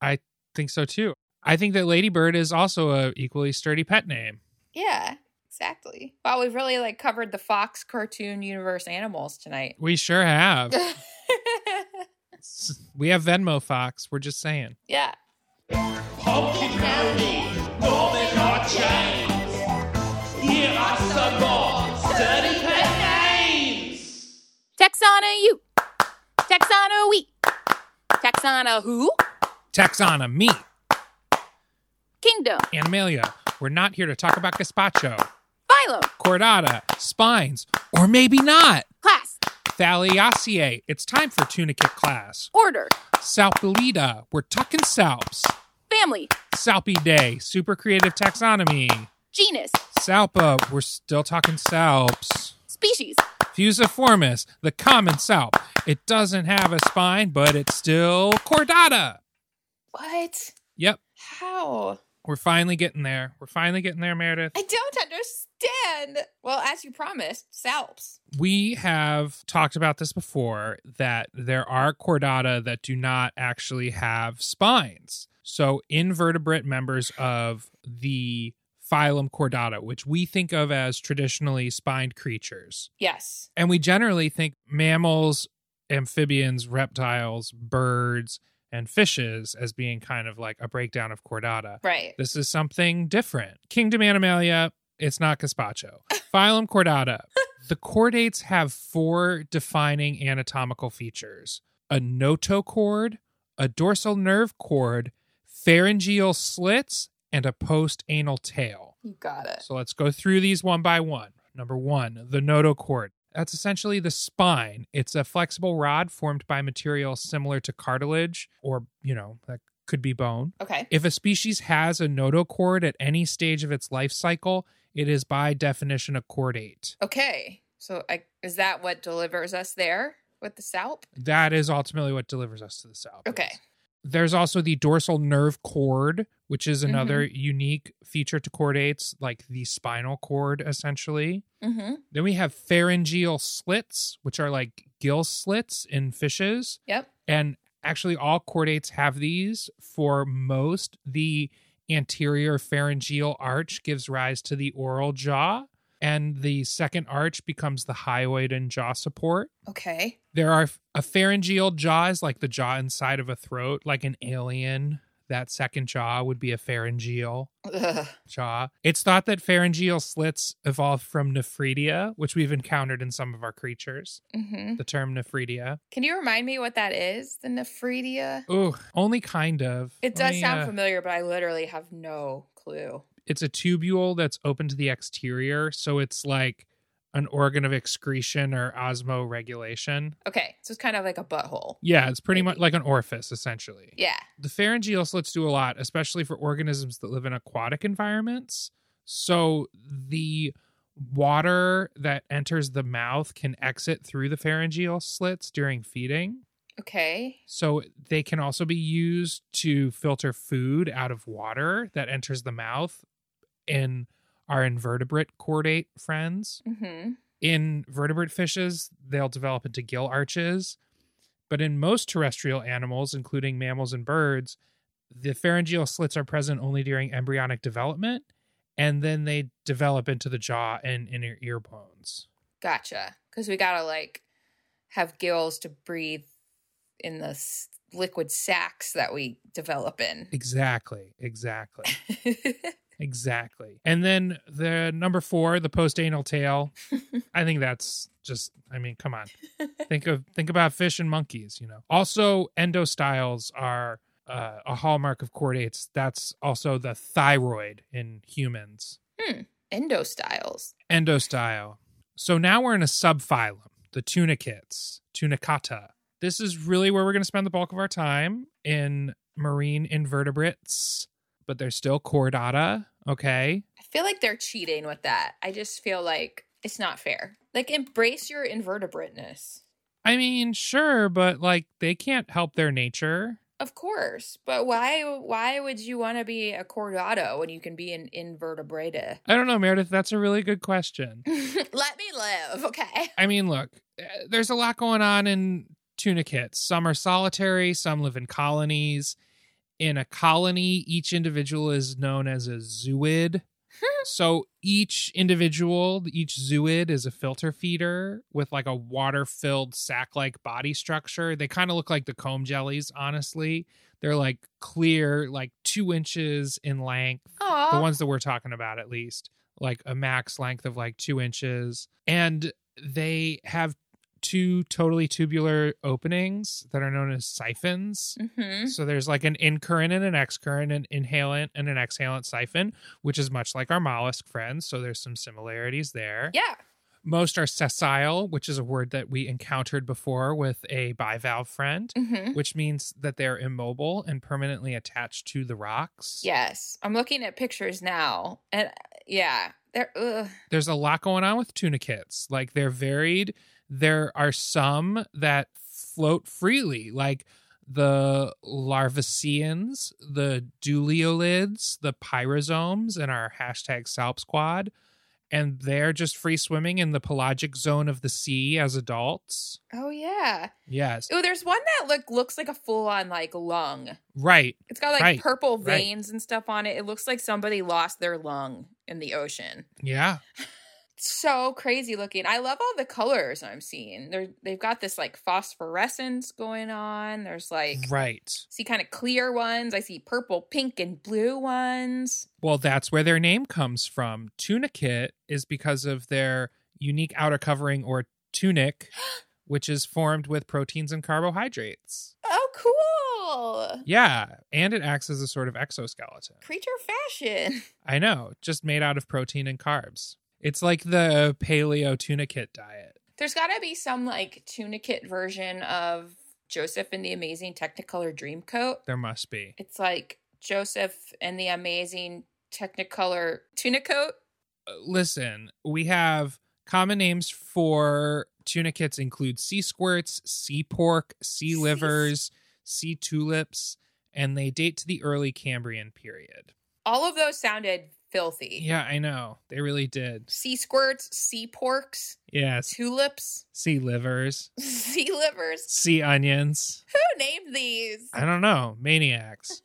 S2: I think so too. I think that Ladybird is also a equally sturdy pet name.
S3: Yeah, exactly. Wow, we've really like covered the Fox cartoon universe animals tonight. *laughs*
S2: We sure have.
S3: yeah.
S2: we have Venmo Fox. We're just saying.
S4: Pumpkin Mountain, Northern Hot Chains. Here are some more sturdy pet names.
S3: Texana you. Texana we. Texana who?
S2: Taxana, me,
S3: Kingdom.
S2: Animalia. We're not here to talk about gazpacho,
S3: Philo.
S2: cordata, spines, or maybe not.
S3: Class.
S2: Thaliaceae, it's time for tunicate class.
S5: Order.
S2: Salpulida, we're tucking salps.
S5: Family.
S2: Salpy day, super creative taxonomy.
S5: Genus.
S2: Salpa, we're still talking salps.
S5: Species.
S2: Fusiformis, the common salp. It doesn't have a spine, but it's still chordata.
S3: What?
S2: Yep,
S3: How?
S2: We're finally getting there. We're finally getting there, Meredith.
S3: I don't understand. Well, as you promised, salps.
S2: We have talked about this before that there are chordata that do not actually have spines. So, invertebrate members of the phylum chordata, which we think of as traditionally spined creatures.
S3: Yes.
S2: And we generally think mammals, amphibians, reptiles, birds, and fishes as being kind of like a breakdown of chordata.
S3: Right.
S2: This is something different. Kingdom Animalia, it's not gazpacho. Phylum Chordata. The chordates have four defining anatomical features a notochord, a dorsal nerve cord, pharyngeal slits, and a postanal tail.
S3: You got it.
S2: So let's go through these one by one. Number one, the notochord. That's essentially the spine. It's a flexible rod formed by material similar to cartilage or, you know, that could be bone.
S3: Okay.
S2: If a species has a notochord at any stage of its life cycle, it is by definition a chordate.
S3: Okay. So I, is that what delivers us there with the salp?
S2: That is ultimately what delivers us to the south.
S3: Okay.
S2: There's also the dorsal nerve cord, which is another unique feature to chordates, like the spinal cord, essentially.
S3: Mm-hmm.
S2: Then we have pharyngeal slits, which are like gill slits in fishes.
S3: Yep.
S2: And actually, all chordates have these. For most, the anterior pharyngeal arch gives rise to the oral jaw, and the second arch becomes the hyoid and jaw support.
S3: Okay.
S2: There are a pharyngeal jaw is like the jaw inside of a throat, like an alien. That second jaw would be a pharyngeal
S3: Ugh.
S2: jaw. It's thought that pharyngeal slits evolved from nephridia, which we've encountered in some of our creatures.
S3: Mm-hmm.
S2: The term nephridia.
S3: Can you remind me what that is? The nephridia?
S2: Ooh, only kind of.
S3: It does
S2: Only,
S3: sound
S2: uh,
S3: familiar, but I literally have no clue.
S2: it's a tubule that's open to the exterior, so it's like an organ of excretion or osmoregulation.
S3: Okay. So it's kind of like a butthole.
S2: Yeah, it's pretty much
S3: Maybe.
S2: like an orifice, essentially.
S3: Yeah.
S2: The pharyngeal slits do a lot, especially for organisms that live in aquatic environments. So the water that enters the mouth can exit through the pharyngeal slits during feeding.
S3: Okay.
S2: So they can also be used to filter food out of water that enters the mouth in our invertebrate chordate friends.
S3: Mm-hmm.
S2: In vertebrate fishes, they'll develop into gill arches. But in most terrestrial animals, including mammals and birds, the pharyngeal slits are present only during embryonic development, and then they develop into the jaw and inner ear bones.
S3: Gotcha. Because we gotta like have gills to breathe in the s- liquid sacs that we develop in.
S2: Exactly, exactly. E
S3: *laughs*
S2: Exactly. And then the number four, the postanal tail. I think that's just I mean, come on. Think of think about fish and monkeys, you know. Also, endostyles are uh, a hallmark of chordates. That's also the thyroid in humans.
S3: Endostyles.
S2: Endostyle. So now we're in a subphylum, the tunicates, tunicata. This is really where we're going to spend the bulk of our time in marine invertebrates, but they're still chordata, okay?
S3: I feel like they're cheating with that. I just feel like it's not fair. Like embrace your invertebrateness.
S2: I mean, sure, but like they can't help their nature.
S3: Of course, but why? Why would you want to be a chordata when you can be an invertebrata? *laughs*
S2: I don't know, Meredith. That's a really good question.
S3: Let me live, okay?
S2: I mean, look, eh, there's a lot going on in tunicates. Some are solitary, some live in colonies. In a colony, each individual is known as a zooid. so each individual, each zooid is a filter feeder with like a water filled sac like body structure. They kind of look like the comb jellies, honestly. They're like clear, like two inches in length. the
S3: Aw,
S2: ones that we're talking about at least like a max length of like two inches and they have two totally tubular openings that are known as siphons
S3: Mhm.
S2: so there's like an incurrent and an excurrent an inhalant and an exhalant siphon which is much like our mollusk friends so there's some similarities there
S3: Yeah.
S2: most are sessile which is a word that we encountered before with a bivalve friend
S3: hmm
S2: which means that they're immobile and permanently attached to the rocks
S3: Yes, I'm looking at pictures now, and yeah, they're ugh.
S2: there's a lot going on with tunicates. Like they're varied. There are some that float freely. Like the larvaceans, the duliolids, the pyrosomes, and our hashtag salp squad. And they're just free swimming in the pelagic zone of the sea as adults.
S3: Oh yeah.
S2: Yes.
S3: Oh, there's one that look looks like a full on like lung.
S2: Right.
S3: It's got like
S2: Right,
S3: purple
S2: right.
S3: veins and stuff on it. It looks like somebody lost their lung in the ocean.
S2: Yeah.
S3: so crazy looking. I love all the colors I'm seeing. They're they've got this like phosphorescence going on. There's like
S2: Right.
S3: see kind of clear ones. I see purple, pink, and blue ones.
S2: Well, that's where their name comes from. Tunicate is because of their unique outer covering or tunic, which is formed with proteins and carbohydrates.
S3: Oh, cool!
S2: Yeah. And it acts as a sort of exoskeleton.
S3: Creature fashion.
S2: I know, just made out of protein and carbs. It's like the paleo tunicate diet.
S3: There's got to be some like tunicate version of Joseph and the Amazing Technicolor Dreamcoat.
S2: There must be.
S3: It's like Joseph and the Amazing Technicolor Tunicoat.
S2: Uh, Listen, we have common names for tunicates include sea squirts, sea pork, sea
S3: Sea-
S2: livers, sea tulips, and they date to the early Cambrian period.
S3: All of those sounded filthy.
S2: Yeah, I know. They really did.
S3: Sea squirts, sea porks,
S2: Yes.
S3: tulips, *laughs*
S2: Sea livers,
S3: sea livers.
S2: sea onions.
S3: Who named these?
S2: I don't know, maniacs.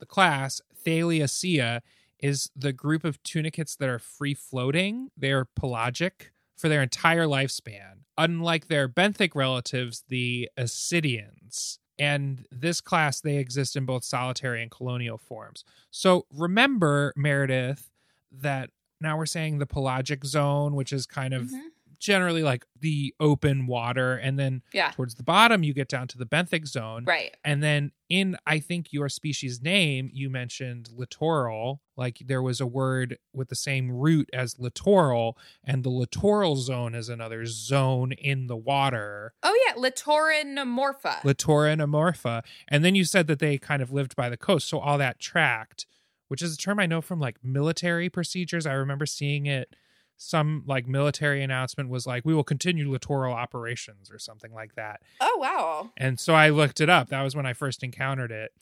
S2: the class Thaliacea is the group of tunicates that are free floating. They are pelagic for their entire lifespan, unlike their benthic relatives, the Ascidians. And this class, they exist in both solitary and colonial forms. So remember, Meredith, that now we're saying the pelagic zone, which is kind of
S3: Mhm.
S2: generally like the open water. And then
S3: Yeah,
S2: towards the bottom, you get down to the benthic zone.
S3: right.
S2: And then in I think your species name, you mentioned littoral. Like there was a word with the same root as littoral, and the littoral zone is another zone in the water.
S3: Oh yeah, Latorinamorpha.
S2: Littorin amorpha. And then you said that they kind of lived by the coast, so all that tracked, which is a term I know from like military procedures. I remember seeing it some like military announcement was like we will continue littoral operations or something like that.
S3: oh wow.
S2: And so I looked it up. That was when I first encountered it.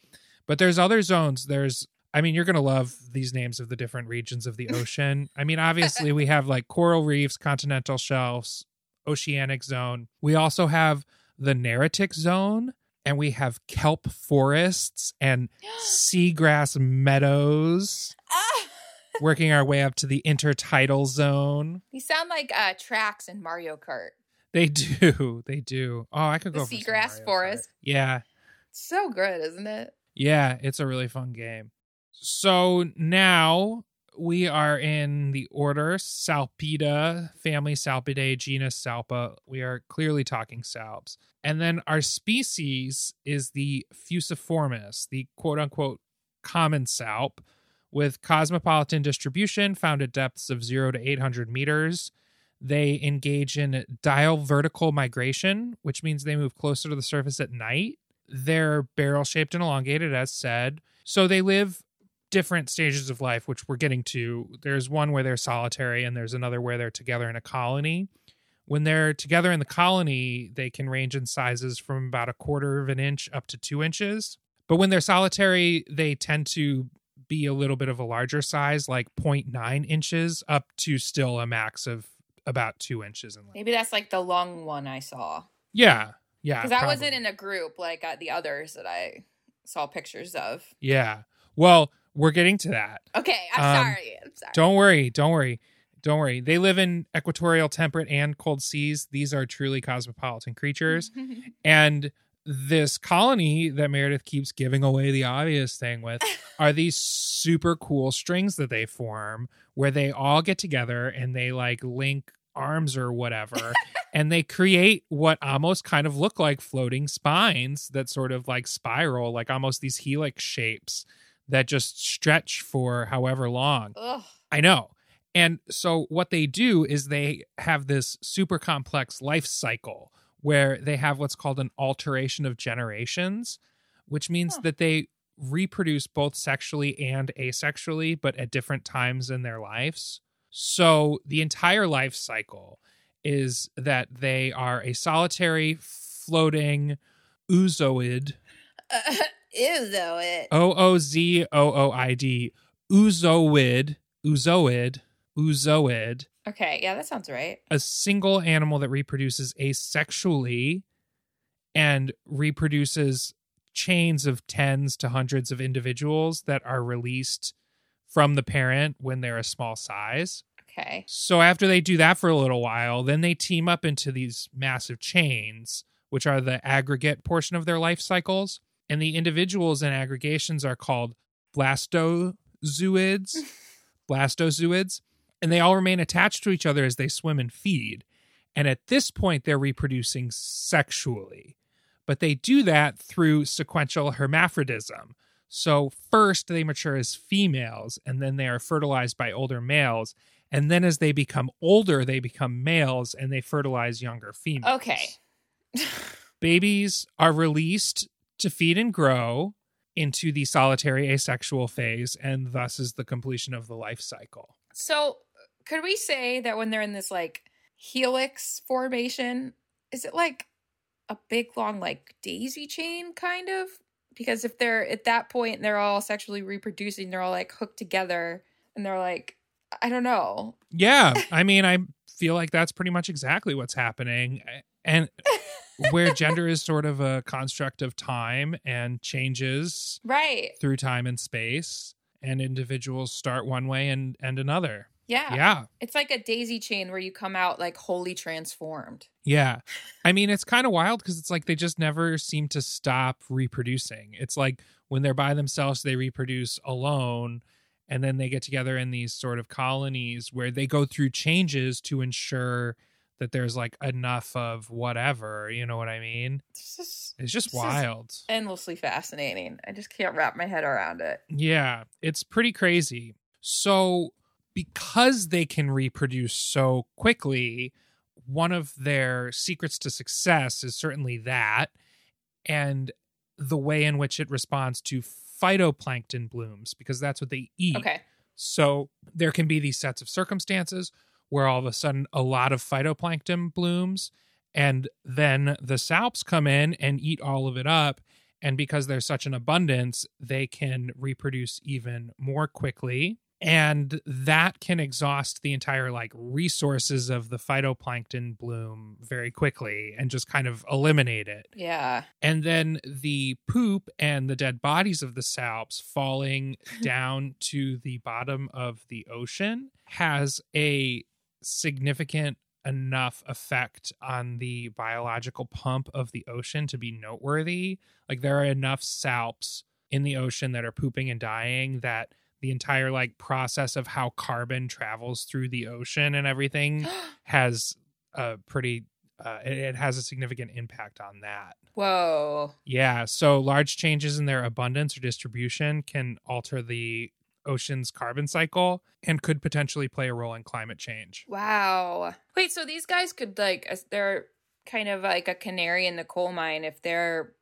S2: But there's other zones. There's I mean, you're going to love these names of the different regions
S3: *laughs*
S2: of the ocean. I mean, obviously we have like coral reefs, continental shelves, oceanic zone. We also have the neritic zone and we have kelp forests
S3: *gasps*
S2: and seagrass meadows
S3: ah!
S2: working our way up to the intertidal zone.
S3: These sound like uh, tracks in Mario Kart.
S2: They do. They do. Oh, I could
S3: The
S2: go for some
S3: seagrass
S2: Mario Kart.
S3: forest.
S2: Yeah.
S3: So good, isn't it?
S2: Yeah, it's a really fun game. So now we are in the order Salpida, family Salpidae, genus Salpa. We are clearly talking salps. And then our species is the fusiformis, the quote unquote common salp with cosmopolitan distribution found at depths of 0 to 800 meters. They engage in dial vertical migration, which means they move closer to the surface at night. They're barrel shaped and elongated, as said. So they live different stages of life, which we're getting to. There's one where they're solitary, and there's another where they're together in a colony. When they're together in the colony, they can range in sizes from about a quarter of an inch up to two inches. But when they're solitary, they tend to be a little bit of a larger size, like 0.9 inches up to still a max of about two inches in length.
S3: Maybe that's like the long one I saw
S2: Yeah. Yeah.
S3: because I
S2: probably.
S3: wasn't in a group like uh, the others that I saw pictures of.
S2: Yeah. Well, we're getting to that.
S3: Okay, I'm
S2: Um,
S3: sorry. I'm sorry.
S2: Don't worry. Don't worry. Don't worry. They live in equatorial temperate and cold seas. These are truly cosmopolitan creatures. And this colony that Meredith keeps giving away the obvious thing with are these super cool strings that they form where they all get together and they like link arms or whatever and they create what almost kind of look like floating spines that sort of like spiral like almost these helix shapes that just stretch for however long
S3: *laughs* Ugh. *laughs*
S2: I know. And so what they do is they have this super complex life cycle where they have what's called an alteration of generations, which means
S3: Huh.
S2: that they reproduce both sexually and asexually, but at different times in their lives. So the entire life cycle is that they are a solitary, floating oozoid
S5: ew, though. It.
S2: O O Z O O I D. Oozoid. Oozoid. Oozoid.
S3: Okay, yeah, that sounds right.
S2: A single animal that reproduces asexually and reproduces chains of tens to hundreds of individuals that are released from the parent when they're a small size.
S3: Okay.
S2: So after they do that for a little while, then they team up into these massive chains, which are the aggregate portion of their life cycles. And the individuals and aggregations are called blastozoids, blastozoids, and they all remain attached to each other as they swim and feed. And at this point, they're reproducing sexually, but they do that through sequential hermaphrodism. So first, they mature as females, and then they are fertilized by older males. And then as they become older, they become males and they fertilize younger females.
S3: Okay.
S2: Babies are released to feed and grow into the solitary asexual phase, and thus is the completion of the life cycle.
S3: So, could we say that when they're in this like helix formation, is it like a big long like daisy chain kind of? Because if they're at that point they're all sexually reproducing, they're all like hooked together and they're like I don't know.
S2: Yeah, I mean, I feel like that's pretty much exactly what's happening. And where gender is sort of a construct of time and changes
S3: Right.
S2: through time and space, and individuals start one way and end another.
S3: Yeah.
S2: yeah.
S3: It's like a daisy chain where you come out like wholly transformed.
S2: Yeah. I mean, it's kind of wild because it's like they just never seem to stop reproducing. It's like when they're by themselves, they reproduce alone. And then they get together in these sort of colonies where they go through changes to ensure that there's like enough of whatever. You know what I mean?
S3: This is
S2: It's just
S3: This is-
S2: wild.
S3: endlessly fascinating. I just can't wrap my head around it.
S2: Yeah, it's pretty crazy. So, because they can reproduce so quickly, one of their secrets to success is certainly that and the way in which it responds to phytoplankton blooms because that's what they eat.
S3: Okay.
S2: So there can be these sets of circumstances where all of a sudden a lot of phytoplankton blooms, and then the salps come in and eat all of it up. And because there's such an abundance, they can reproduce even more quickly. And that can exhaust the entire like resources of the phytoplankton bloom very quickly and just kind of eliminate it
S3: Yeah. *gasps*
S2: and then the poop and the dead bodies of the salps falling down to the bottom of the ocean has a significant enough effect on the biological pump of the ocean to be noteworthy like there are enough salps in the ocean that are pooping and dying that the entire like process of how carbon travels through the ocean and
S3: *gasps*
S2: everything has a pretty uh, it- it has a significant impact on that
S3: Whoa.
S2: yeah. So large changes in their abundance or distribution can alter the ocean's carbon cycle and could potentially play a role in climate change.
S3: Wow. Wait, so these guys could like as- they're kind of like a canary in the coal mine if they're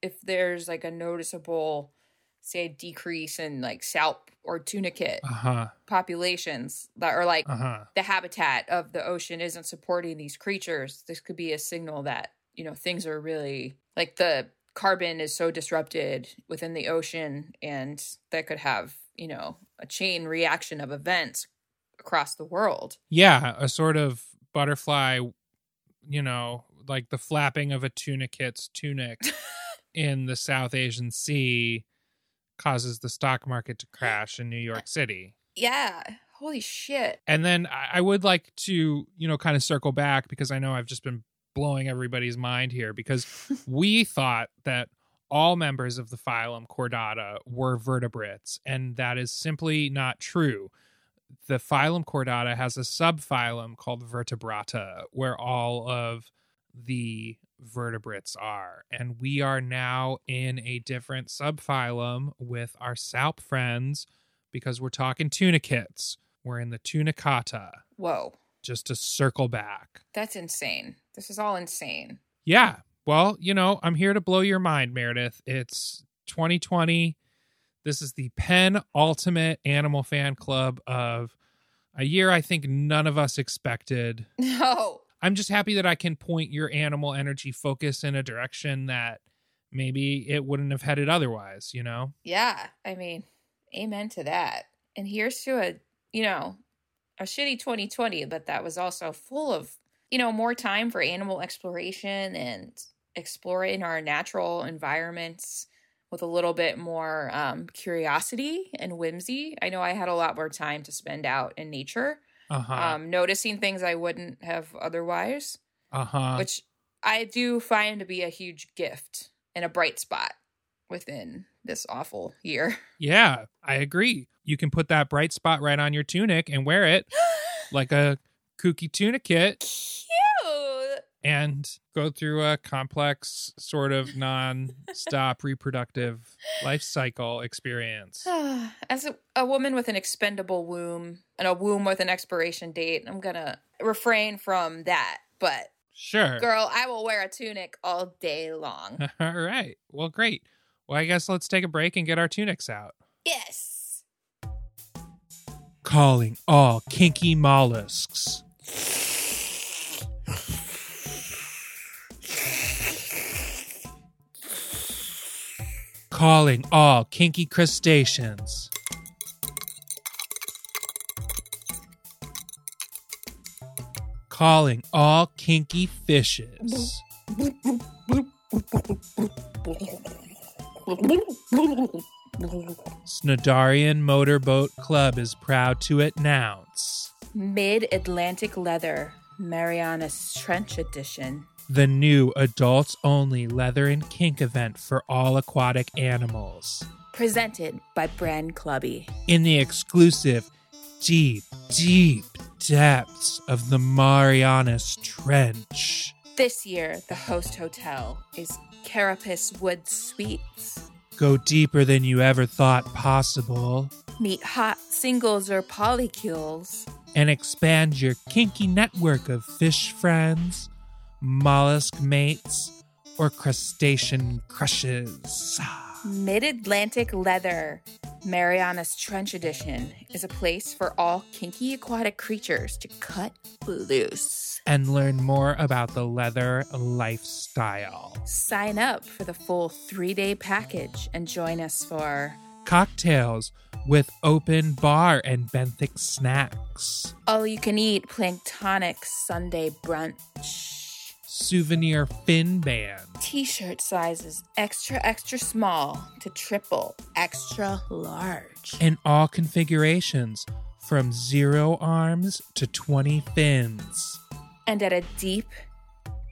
S3: if there's like a noticeable say decrease in like salp or tunicate
S2: Uh huh.
S3: populations that are like
S2: Uh huh.
S3: the habitat of the ocean isn't supporting these creatures this could be a signal that you know things are really like the carbon is so disrupted within the ocean and that could have you know a chain reaction of events across the world
S2: Yeah. A sort of butterfly, you know, like the flapping of a tunicate's tunic in the South Asian Sea causes the stock market to crash in New York City.
S3: yeah holy shit
S2: And then I I would like to, you know, kind of circle back because I know I've just been blowing everybody's mind here because we thought that all members of the phylum Chordata were vertebrates, and that is simply not true. The phylum Chordata has a subphylum called Vertebrata, where all of the vertebrates are. And we are now in a different subphylum with our Salp friends because we're talking tunicates. We're in the tunicata,
S3: whoa
S2: just to circle back.
S3: that's insane this is all insane
S2: Yeah. Well, you know, I'm here to blow your mind, Meredith. It's 2020. This is the Penn Ultimate Animal Fan Club of a year I think none of us expected.
S3: no
S2: I'm just happy that I can point your animal energy focus in a direction that maybe it wouldn't have headed otherwise, you know?
S3: Yeah, I mean, amen to that. And here's to a, you know, a shitty 2020, but that was also full of, you know, more time for animal exploration and exploring our natural environments with a little bit more um, curiosity and whimsy. I know I had a lot more time to spend out in nature,
S2: Uh huh.
S3: um, noticing things I wouldn't have otherwise,
S2: uh huh.
S3: which I do find to be a huge gift and a bright spot within this awful year.
S2: Yeah, I agree. You can put that bright spot right on your tunic and wear it like a kooky tunicate
S3: Cute. *sighs*
S2: and go through a complex, sort of non stop reproductive life cycle
S3: *sighs*
S2: experience.
S3: As a, a woman with an expendable womb and a womb with an expiration date, I'm gonna refrain from that. But
S2: Sure.
S3: girl, I will wear a tunic all day long.
S2: *laughs* All right. Well, great. Well, I guess let's take a break and get our tunics out.
S5: Yes.
S2: Calling all kinky mollusks. Calling all kinky crustaceans. Calling all kinky fishes. Snodarian Motorboat Club is proud to announce
S3: Mid Atlantic leather, Marianas Trench edition.
S2: the new adults only leather and kink event for all aquatic animals.
S3: Presented by Brand Clubby.
S2: in the exclusive deep, deep depths of the Marianas Trench.
S3: This year, the host hotel is Carapace Wood Suites.
S2: Go deeper than you ever thought possible
S3: Meet hot singles or polycules.
S2: and expand your kinky network of fish friends, mollusk mates, or crustacean crushes.
S3: Mid Atlantic Leather, Marianas Trench Edition, is a place for all kinky aquatic creatures to cut loose.
S2: And learn more about the leather lifestyle.
S3: Sign up for the full three day package and join us for
S2: Cocktails with open bar and benthic snacks.
S3: all you can eat planktonic Sunday brunch.
S2: souvenir fin band.
S3: T shirt sizes extra, extra small to triple, extra large.
S2: In all configurations, from zero arms to 20 fins.
S3: And at a deep,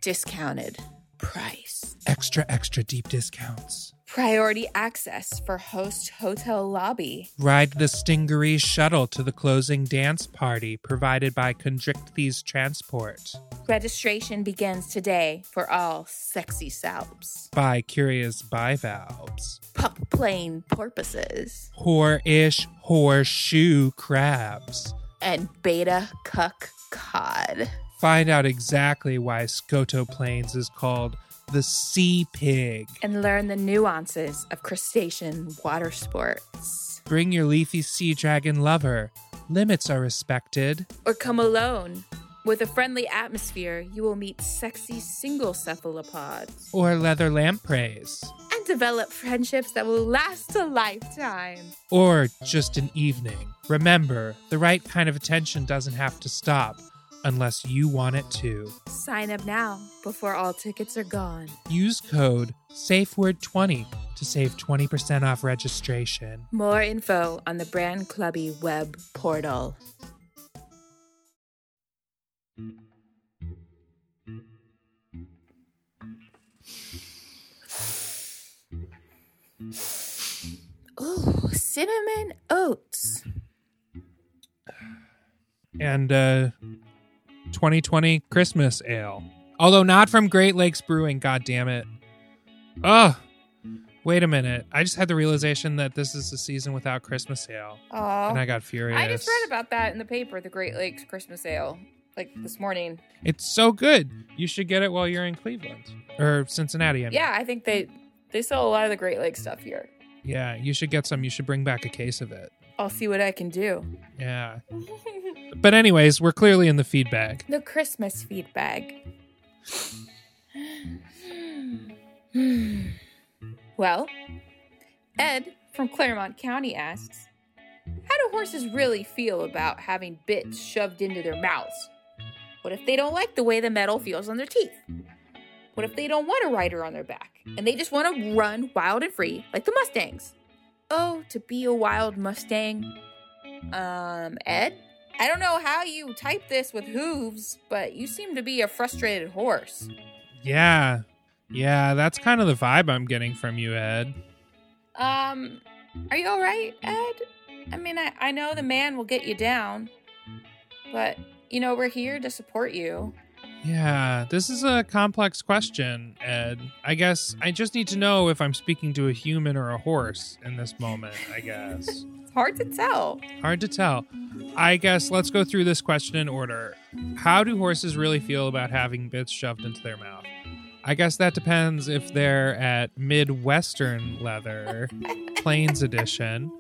S3: discounted price.
S2: Extra, extra deep discounts.
S3: Priority access for host hotel lobby.
S2: Ride the Stingaree shuttle to the closing dance party provided by Conjicthes Transport
S3: Registration begins today for all sexy salps,
S2: by Curious Bivalves.
S3: pup plane porpoises,
S2: Whore-ish horseshoe crabs.
S3: and beta cuck cod.
S2: Find out exactly why Scotoplanes is called the sea pig.
S3: And learn the nuances of crustacean water sports.
S2: Bring your leafy sea dragon lover. Limits are respected.
S3: Or come alone. With a friendly atmosphere, you will meet sexy single cephalopods
S2: Or leather lampreys.
S3: and develop friendships that will last a lifetime.
S2: Or just an evening. Remember, the right kind of attention doesn't have to stop unless you want it to.
S3: Sign up now before all tickets are gone.
S2: Use code SAFEWORD20 to save 20% off registration.
S3: More info on the Brand Clubby web portal. Ooh, cinnamon oats.
S2: And uh 2020 Christmas ale. Although not from Great Lakes Brewing, god damn it. Ugh. Wait a minute. I just had the realization that this is the season without Christmas ale.
S3: Oh,
S2: and I
S3: I,
S2: got furious.
S3: just read about that in the paper, the Great Lakes Christmas Ale, like this morning.
S2: It's so good. You should get it while you're in Cleveland or Cincinnati. I mean.
S3: Yeah, I think they they sell a lot of the Great Lakes stuff here.
S2: yeah. You should get some. You should bring back a case of it.
S3: I'll see what I can do. *laughs*
S2: Yeah. But anyways, we're clearly in the feedback.
S3: The Christmas feedback. *sighs* Well, Ed from Claremont County asks How do horses really feel about having bits shoved into their mouths? What if they don't like the way the metal feels on their teeth? What if they don't want a rider on their back and they just want to run wild and free like the Mustangs? Oh, to be a wild Mustang. Um, Ed, I don't know how you type this with hooves, but you seem to be a frustrated horse.
S2: Yeah. Yeah, that's kind of the vibe I'm getting from you, Ed.
S3: Um, are you all right, Ed? I mean, I, I know the man will get you down, but you know, we're here to support you.
S2: Yeah, this is a complex question, Ed. I guess I just need to know if I'm speaking to a human or a horse in this moment, I guess. *laughs*
S3: It's hard to tell.
S2: Hard to tell. I guess let's go through this question in order. How do horses really feel about having bits shoved into their mouth? I guess that depends if they're at Midwestern leather, Plains edition.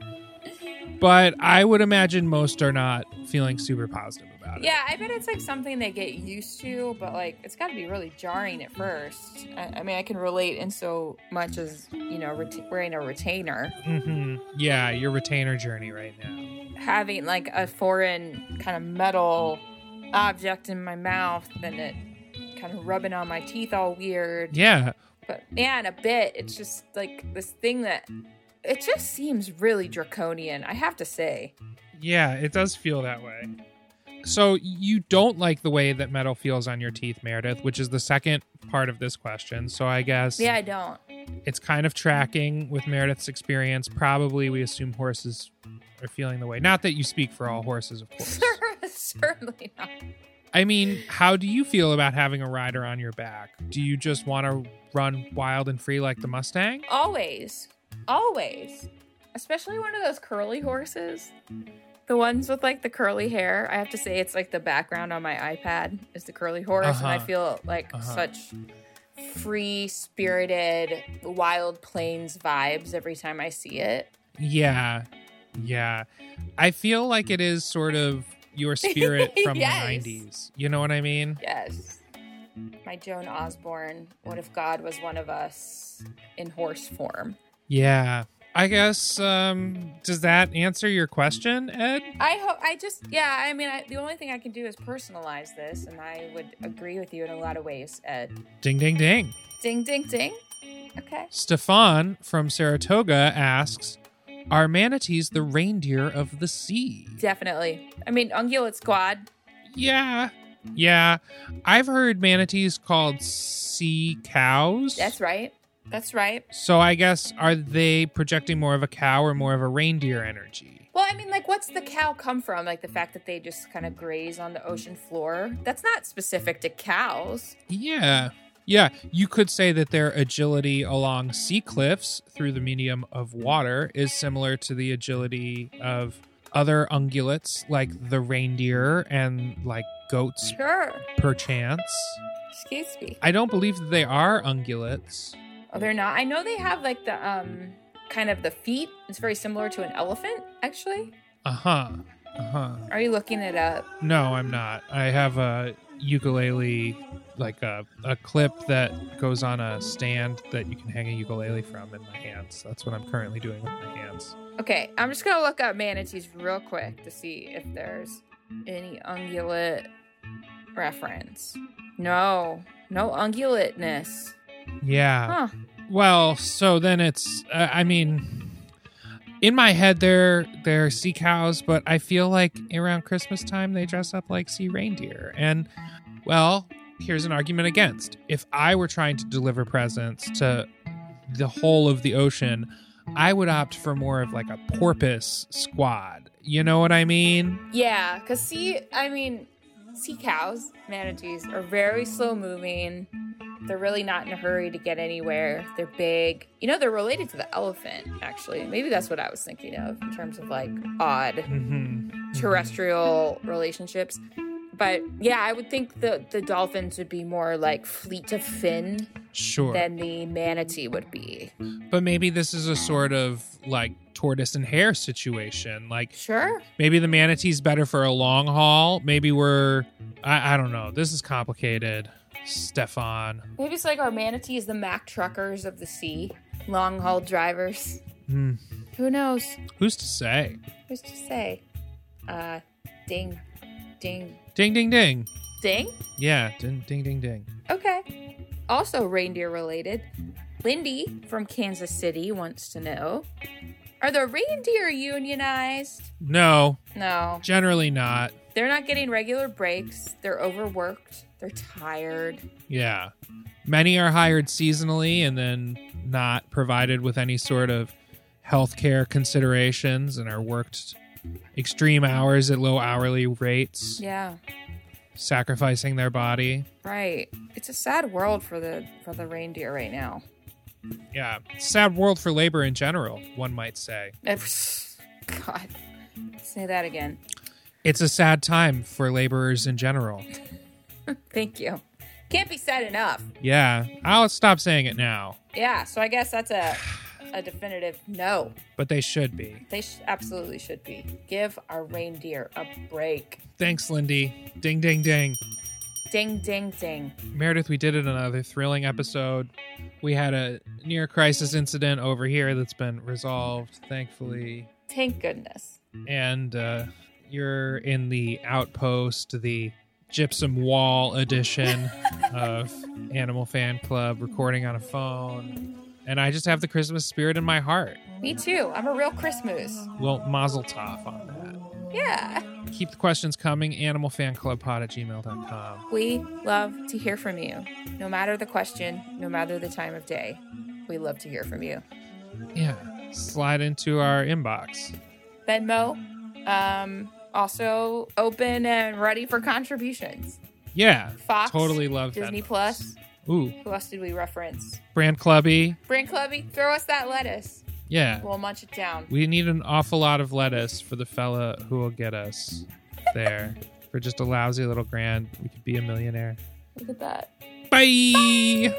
S2: But I would imagine most are not feeling super positive about it.
S3: Yeah, I bet it's like something they get used to, but like it's got to be really jarring at first. I, I mean, I can relate in so much as, you know, ret- wearing a retainer,
S2: hmm Yeah, your retainer journey right now.
S3: having like a foreign kind of metal object in my mouth, then it kind of rubbing on my teeth all weird.
S2: Yeah,
S3: But man, a bit. It's just like this thing that it just seems really draconian, I have to say.
S2: yeah, it does feel that way. So you don't like the way that metal feels on your teeth, Meredith, which is the second part of this question. So I guess
S3: Yeah, I don't. *laughs*
S2: it's kind of tracking with Meredith's experience. Probably we assume horses are feeling the way. Not that you speak for all horses, of
S3: *laughs*
S2: course.
S3: Certainly not.
S2: I mean, how do you feel about having a rider on your back? Do you just want to run wild and free like the Mustang?
S3: Always. Always. Especially one of those curly horses. The ones with like the curly hair. I have to say, it's like the background on my iPad is the curly horse. And I
S2: Uh-huh.
S3: feel like
S2: Uh-huh.
S3: such free spirited, wild plains vibes every time I see it.
S2: Yeah. Yeah. I feel like it is sort of
S3: *laughs*
S2: your spirit from
S3: Yes.
S2: the 90s. You know what I mean?
S3: Yes. My Joan Osborne, what if God was one of us in horse form?
S2: Yeah. I guess um does that answer your question, Ed?
S3: I hope, I just, yeah, I mean, I, the only thing I can do is personalize this, and I would agree with you in a lot of ways, Ed.
S2: Ding ding ding.
S3: Ding, ding, ding. Okay.
S2: Stefan from Saratoga asks, "Are manatees the reindeer of the sea?"
S3: Definitely. I mean, ungulate squad.
S2: Yeah. Yeah. I've heard manatees called sea cows.
S3: That's right. That's right.
S2: So I guess are they projecting more of a cow or more of a reindeer energy?
S3: Well, I mean, like, what's the cow come from? Like, the fact that they just kind of graze on the ocean floor? That's not specific to cows.
S2: Yeah. Yeah, you could say that their agility along sea cliffs through the medium of water is similar to the agility of other ungulates like the reindeer and like goats
S3: Sure.
S2: perchance.
S3: Excuse me.
S2: I don't believe that they are ungulates.
S3: Oh, they're not. I know they have like the um kind of the feet. It's very similar to an elephant, actually.
S2: Uh-huh. Uh-huh.
S3: Are you looking it up?
S2: No, I'm not. I have a ukulele, like a, a clip that goes on a stand that you can hang a ukulele from in my hands. That's what I'm currently doing with my hands.
S3: Okay, I'm just gonna look up manatees real quick to see if there's any ungulate reference. No, no ungulateness.
S2: Yeah.
S3: Huh.
S2: Well, so then it's, uh, I mean, in my head they're they're sea cows, but I feel like around Christmas time they dress up like sea reindeer. And well, here's an argument against. If I were trying to deliver presents to the whole of the ocean, I would opt for more of like a porpoise squad. You know what I mean?
S3: Yeah, cause see, I mean, sea cows, manatees are very slow moving. They're really not in a hurry to get anywhere. They're big. You know, they're related to the elephant, actually. Maybe that's what I was thinking of in terms of like odd
S2: Mm-hmm.
S3: terrestrial relationships. But yeah, I would think the the dolphins would be more like fleet of fin
S2: Sure.
S3: than the manatee would be.
S2: but maybe this is a sort of like tortoise and hare situation. Like
S3: Sure.
S2: Maybe the manatee's better for a long haul. Maybe we're I, I don't know. This is complicated. Stefan.
S3: Maybe it's like our manatee is the Mack truckers of the sea. long haul drivers.
S2: Hmm.
S3: Who knows?
S2: Who's to say?
S3: Who's to say? Uh, ding, ding,
S2: Ding, ding, ding.
S3: ding.
S2: Yeah, ding, ding, ding, ding.
S3: Okay. Also reindeer related. Lindy from Kansas City wants to know: Are the reindeer unionized?
S2: No,
S3: No,
S2: generally not.
S3: they're not getting regular breaks. They're overworked. They're tired.
S2: Yeah. Many are hired seasonally and then not provided with any sort of healthcare considerations and are worked extreme hours at low hourly rates,
S3: Yeah,
S2: sacrificing their body.
S3: right. It's a sad world for the for the reindeer right now.
S2: Yeah. Sad world for labor in general, one might say.
S3: God, say that again.
S2: It's a sad time for laborers in general.
S3: Thank you. Can't be said enough.
S2: Yeah. I'll stop saying it now,
S3: Yeah, so I guess that's a a definitive no.
S2: but they should be.
S3: They sh- absolutely should be. Give our reindeer a break.
S2: Thanks, Lindy. Ding, ding, ding.
S3: Ding, ding, ding.
S2: Meredith, we did it another thrilling episode. We had a near crisis incident over here that's been resolved, thankfully.
S3: Thank goodness.
S2: And uh, you're in the outpost, the gypsum wall edition of Animal Fan Club, recording on a phone. And I just have the Christmas spirit in my heart.
S3: Me too. I'm a real Christmas.
S2: Well, Mazel Tov on that.
S3: Yeah.
S2: Keep the questions coming. AnimalFanClubPod at gmail.com.
S3: We love to hear from you. No matter the question, no matter the time of day, we love to hear from you.
S2: Yeah. Slide into our inbox.
S3: Venmo, um, also open and ready for contributions.
S2: Yeah.
S3: Fox,
S2: Totally love
S3: Disney
S2: Venmos.
S3: Plus.
S2: Ooh.
S3: Who else did we reference?
S2: brand clubby.
S3: Brand Clubby, throw us that lettuce.
S2: Yeah.
S3: We'll munch it down.
S2: We need an awful lot of lettuce for the fella who will get us there. for just a lousy little grand, we could be a millionaire.
S3: Look at that.
S2: Bye.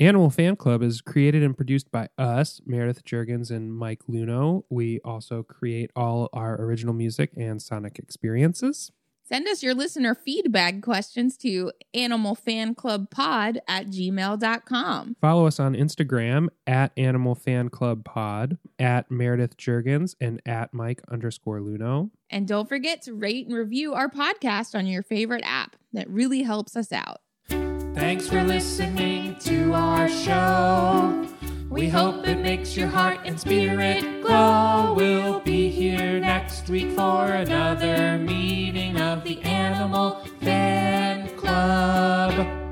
S2: Animal Fan Club is created and produced by us, Meredith Jurgens and Mike Luno. We also create all our original music and sonic experiences.
S6: Send us your listener feedback questions to animalfanclubpod at gmail.com.
S2: Follow us on Instagram at Animal Fan Club Pod, at Meredith Jurgens, and at Mike underscore Luno.
S6: And don't forget to rate and review our podcast on your favorite app. That really helps us out.
S7: Thanks for listening to our show. We hope it makes your heart and spirit glow. We'll be here next week for another meeting of the Animal Fan Club.